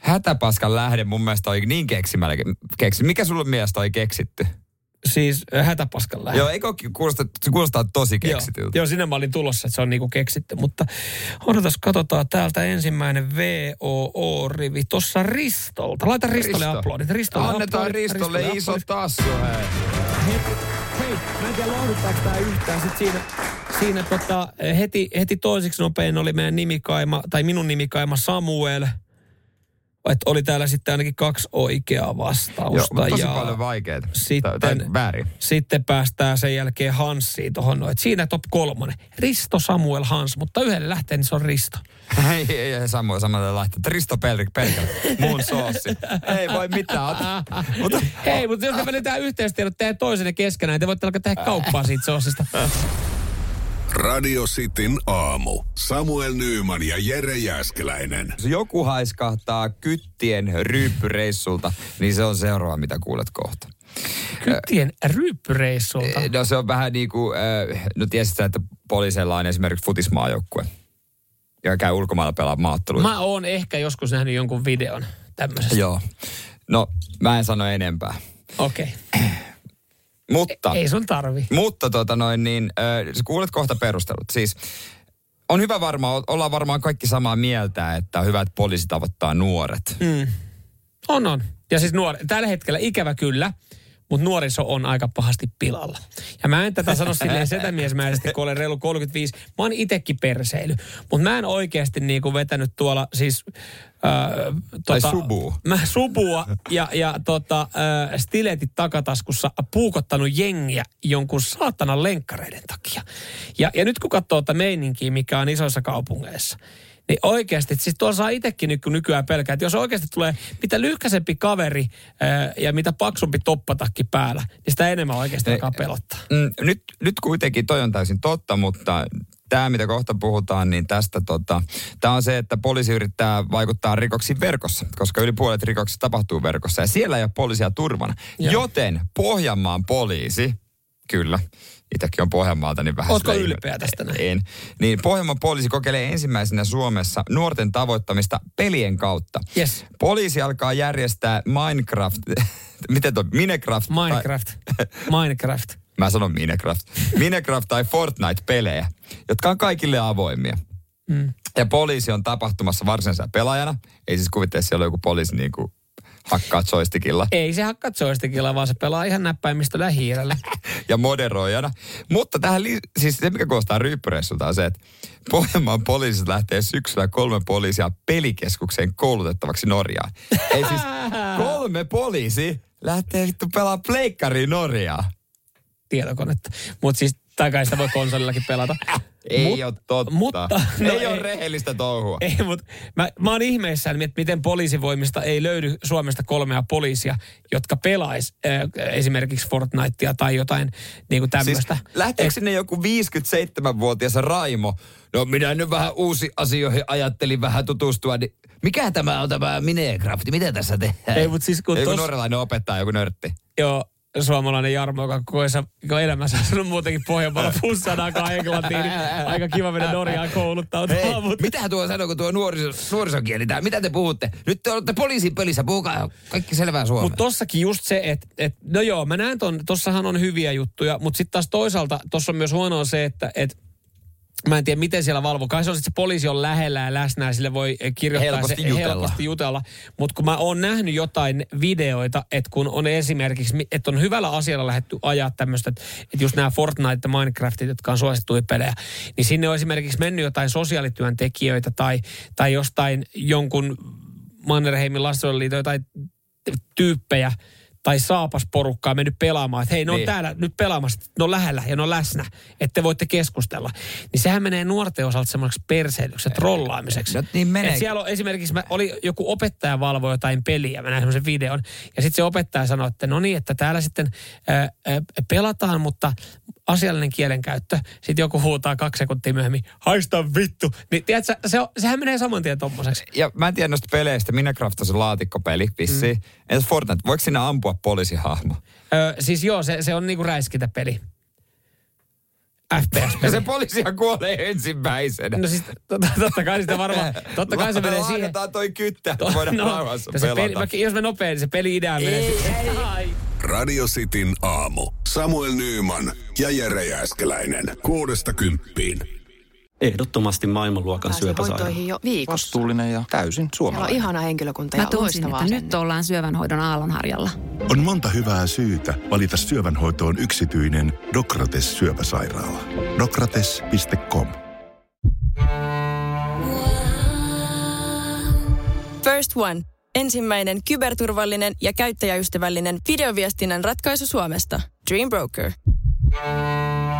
Speaker 4: hätäpaskan lähde mun mielestä oli niin keksimällä. Keksi. Mikä sulle mielestä oli keksitty?
Speaker 3: Siis äh, hätäpaskan lähde.
Speaker 4: Joo, eikö ookin kuulosta, se kuulostaa tosi keksityltä?
Speaker 3: Joo, joo, sinne mä olin tulossa, että se on niinku keksitty. Mutta odotas, katsotaan täältä ensimmäinen VOO-rivi. Tossa Ristolta. Laita Ristolle
Speaker 4: Risto.
Speaker 3: aplodit. Ristolle
Speaker 4: Annetaan
Speaker 3: aplodit,
Speaker 4: Ristolle iso
Speaker 3: aplodit.
Speaker 4: tassu, hei.
Speaker 3: Hei, hei, mä en tiedä lohduttaako tää yhtään. Sitten siinä, siinä tota, heti, heti toiseksi nopein oli meidän nimikaima, tai minun nimikaima Samuel. Että oli täällä sitten ainakin kaksi oikeaa
Speaker 4: Joo,
Speaker 3: vastausta.
Speaker 4: mutta tosi
Speaker 3: ja
Speaker 4: paljon vaikeita.
Speaker 3: Sitten-
Speaker 4: Tai, tai väärin.
Speaker 3: sitten päästään sen jälkeen Hanssiin tuohon noin. Et Siinä top kolmonen. Risto Samuel Hans, mutta yhden lähteen niin se on Risto.
Speaker 4: <laughs> Ei, ei, ei Samu samalla laittaa. Risto Pelrik pelkällä. Mun soossi. <laughs> Ei voi mitään. Ota. Mutta
Speaker 3: Hei, mutta jos me menetään yhteistiedot tehdään toisenne keskenään, niin te voitte alkaa tehdä kauppaa siitä soosista.
Speaker 2: Radio Cityn aamu. Samuel Nyyman ja Jere Jäskeläinen.
Speaker 4: jos joku haiskahtaa kyttien ryyppyreissulta, niin se on seuraava, mitä kuulet kohta.
Speaker 3: Kyttien ryyppyreissulta.
Speaker 4: No se on vähän niin kuin, äh, no tiesit sä, että poliiseilla on esimerkiksi futismaajoukkue, joka käy ulkomailla pelaa maatteluita.
Speaker 3: Mä oon ehkä joskus nähnyt jonkun videon tämmöisestä.
Speaker 4: Joo. No, mä en sano enempää.
Speaker 3: Okei. Okay.
Speaker 4: Mutta...
Speaker 3: Ei sun tarvi.
Speaker 4: Mutta tota noin, niin äh, sä kuulet kohta perustelut. Siis on hyvä varmaan, ollaan varmaan kaikki samaa mieltä, että on hyvä, että poliisi tavoittaa nuoret.
Speaker 3: Mm. On, on. Ja siis nuori, tällä hetkellä ikävä kyllä, mutta nuoriso on aika pahasti pilalla. Ja mä en tätä sano silleen setämiesmäisesti, kun olen reilu 35. Mä oon itekin perseily. Mutta mä en oikeasti niinku vetänyt tuolla siis... Äh,
Speaker 4: Tai subuu.
Speaker 3: Mä subua ja, ja tota, äh, stiletit takataskussa puukottanut jengiä jonkun saatanan lenkkareiden takia. Ja, ja nyt kun katsoo tätä meininkiä, mikä on isoissa kaupungeissa, niin oikeasti, siis tuolla saa itsekin nyky- nykyään pelkää, että jos oikeasti tulee mitä lyhkäsempi kaveri ää, ja mitä paksumpi toppatakki päällä, niin sitä enemmän oikeasti
Speaker 4: Ei-
Speaker 3: alkaa pelottaa.
Speaker 4: Mm, nyt, nyt kuitenkin toi on täysin totta, mutta tämä, mitä kohta puhutaan, niin tästä tota, tämä on se, että poliisi yrittää vaikuttaa rikoksiin verkossa, koska yli puolet rikoksista tapahtuu verkossa ja siellä ei ole poliisia turvana.
Speaker 3: Joo.
Speaker 4: Joten Pohjanmaan poliisi, kyllä, itsekin on Pohjanmaalta, niin vähän...
Speaker 3: Ootko
Speaker 4: silleen-
Speaker 3: ylpeä tästä näin?
Speaker 4: En. Niin Pohjanmaan poliisi kokeilee ensimmäisenä Suomessa nuorten tavoittamista pelien kautta.
Speaker 3: Yes.
Speaker 4: Poliisi alkaa järjestää Minecraft... <laughs> Miten toi? Minecraft... tai-
Speaker 3: Minecraft. Minecraft.
Speaker 4: Mä sanon Minecraft. Minecraft tai Fortnite-pelejä, jotka on kaikille avoimia.
Speaker 3: Mm.
Speaker 4: Ja poliisi on tapahtumassa varsinaisena pelaajana. Ei siis kuvittele, että siellä on joku poliisi niin kuin hakkaa
Speaker 3: <laughs>
Speaker 4: joystickilla
Speaker 3: Ei se hakkaa joystickilla, vaan se pelaa ihan näppäimistöllä ja
Speaker 4: <laughs>
Speaker 3: hiirellä.
Speaker 4: ja moderoijana. Mutta tähän, li- siis se mikä koostaa ryyppyreissulta on se, että Pohjanmaan poliisit lähtee syksyllä kolme poliisia pelikeskukseen koulutettavaksi Norjaan. Ei
Speaker 3: <laughs>
Speaker 4: siis kolme poliisi lähtee vittu pelaa pleikkariin Norjaan.
Speaker 3: Tietokonetta. Mutta siis takaisin sitä voi konsolillakin pelata.
Speaker 4: Ei
Speaker 3: Mut-
Speaker 4: ole totta.
Speaker 3: mutta-
Speaker 4: no
Speaker 3: no
Speaker 4: ei, ei ole
Speaker 3: ei.
Speaker 4: rehellistä touhua.
Speaker 3: Ei, mutta mä, mä oon ihmeissään, että miten poliisivoimista ei löydy Suomesta kolmea poliisia, jotka pelais äh, esimerkiksi Fortnitea tai jotain niin kuin tämmöistä.
Speaker 4: Siis lähteekö sinne joku 57-vuotias Raimo? No minä nyt vähän uusi asioihin ajattelin vähän tutustua. Niin mikä tämä on tämä Minecraft? Mitä tässä tehdään?
Speaker 3: Ei, mut siis kun
Speaker 4: joku
Speaker 3: tos-
Speaker 4: norjalainen opettaa, joku nörtti.
Speaker 3: Joo, suomalainen Jarmo, joka koko ajan- koko elämänsä on asunut muutenkin Pohjanmaalla pussanakaan Englantiin, niin aika kiva mennä Norjaan
Speaker 4: Hei,
Speaker 3: kouluttautumaan. Mutta
Speaker 4: mitä tuo sanoo, kun tuo nuoriso, nuorisokieli tää? Mitä te puhutte? Nyt te olette poliisin pelissä, puhukaa kaikki selvää suomea.
Speaker 3: mut tossakin just se, että et, no joo, mä näen ton, tossahan on hyviä juttuja, mutta sitten taas toisaalta tossa on myös huonoa se, että et, Mä en tiedä, miten siellä valvoo. Kai se on sit, se poliisi on lähellä ja läsnä ja sille voi eh, kirjoittaa
Speaker 4: Helposti
Speaker 3: se,
Speaker 4: jutella.
Speaker 3: helposti jutella. Mutta kun mä oon nähnyt jotain videoita, että kun on esimerkiksi, mi- että on hyvällä asialla lähetty ajaa tämmöistä, että että just nämä Fortnite ja Minecraftit, jotka on suosittuja pelejä, niin sinne on esimerkiksi mennyt jotain sosiaalityöntekijöitä tai, tai jostain jonkun Mannerheimin lastenliiton jotain t- tyyppejä tai saapas porukkaa mennyt pelaamaan, että hei, ne on
Speaker 4: Niin.
Speaker 3: täällä nyt pelaamassa, ne on lähellä ja ne on läsnä, että te voitte keskustella. Niin sehän menee nuorten osalta semmoiseksi perseilyksi, ja trollaamiseksi.
Speaker 4: No niin menee.
Speaker 3: Et siellä on esimerkiksi, mä, oli joku opettaja valvoi jotain peliä, mä näin semmoisen videon, ja sitten se opettaja sanoi, että no niin, että täällä sitten ää, ää, pelataan, mutta asiallinen kielenkäyttö. Sitten joku huutaa kaksi sekuntia myöhemmin, haista vittu. Niin tiedätkö, se on, sehän menee saman tien tommoseksi.
Speaker 4: Ja mä en tiedä noista peleistä, Minecraft on se laatikkopeli vissiin. Mm. Entäs Fortnite, voiko sinä ampua poliisihahmo?
Speaker 3: Öö, siis joo, se, se on niinku räiskintäpeli.
Speaker 4: Ja
Speaker 3: FPS-peli.
Speaker 4: se poliisia kuolee ensimmäisenä.
Speaker 3: <laughs> No siis totta, totta kai sitä varmaan, totta kai se
Speaker 4: Me
Speaker 3: menee siihen.
Speaker 4: lainataan toi kyttä, että voidaan rauhassa
Speaker 3: ja se peli,
Speaker 4: pelata.
Speaker 3: vaikka jos me nopein, niin se peli-idea menee siihen.
Speaker 2: Radio Cityn aamu. Samuel Nyyman ja Jere Jääskeläinen. Kuudesta kymppiin.
Speaker 10: Ehdottomasti maailmanluokan syöpäsairaala.
Speaker 12: jo viikossa.
Speaker 10: Vastuullinen ja täysin
Speaker 12: Siellä on ihana henkilökunta
Speaker 13: Mä
Speaker 12: ja
Speaker 13: tunsin,
Speaker 12: loistavaa
Speaker 13: että nyt ollaan syövänhoidon aallonharjalla.
Speaker 11: On monta hyvää syytä valita syövänhoitoon yksityinen Dokrates syöpäsairaala. Dokrates.com
Speaker 1: First One. Ensimmäinen kyberturvallinen ja käyttäjäystävällinen videoviestinnän ratkaisu Suomesta. Dream Broker.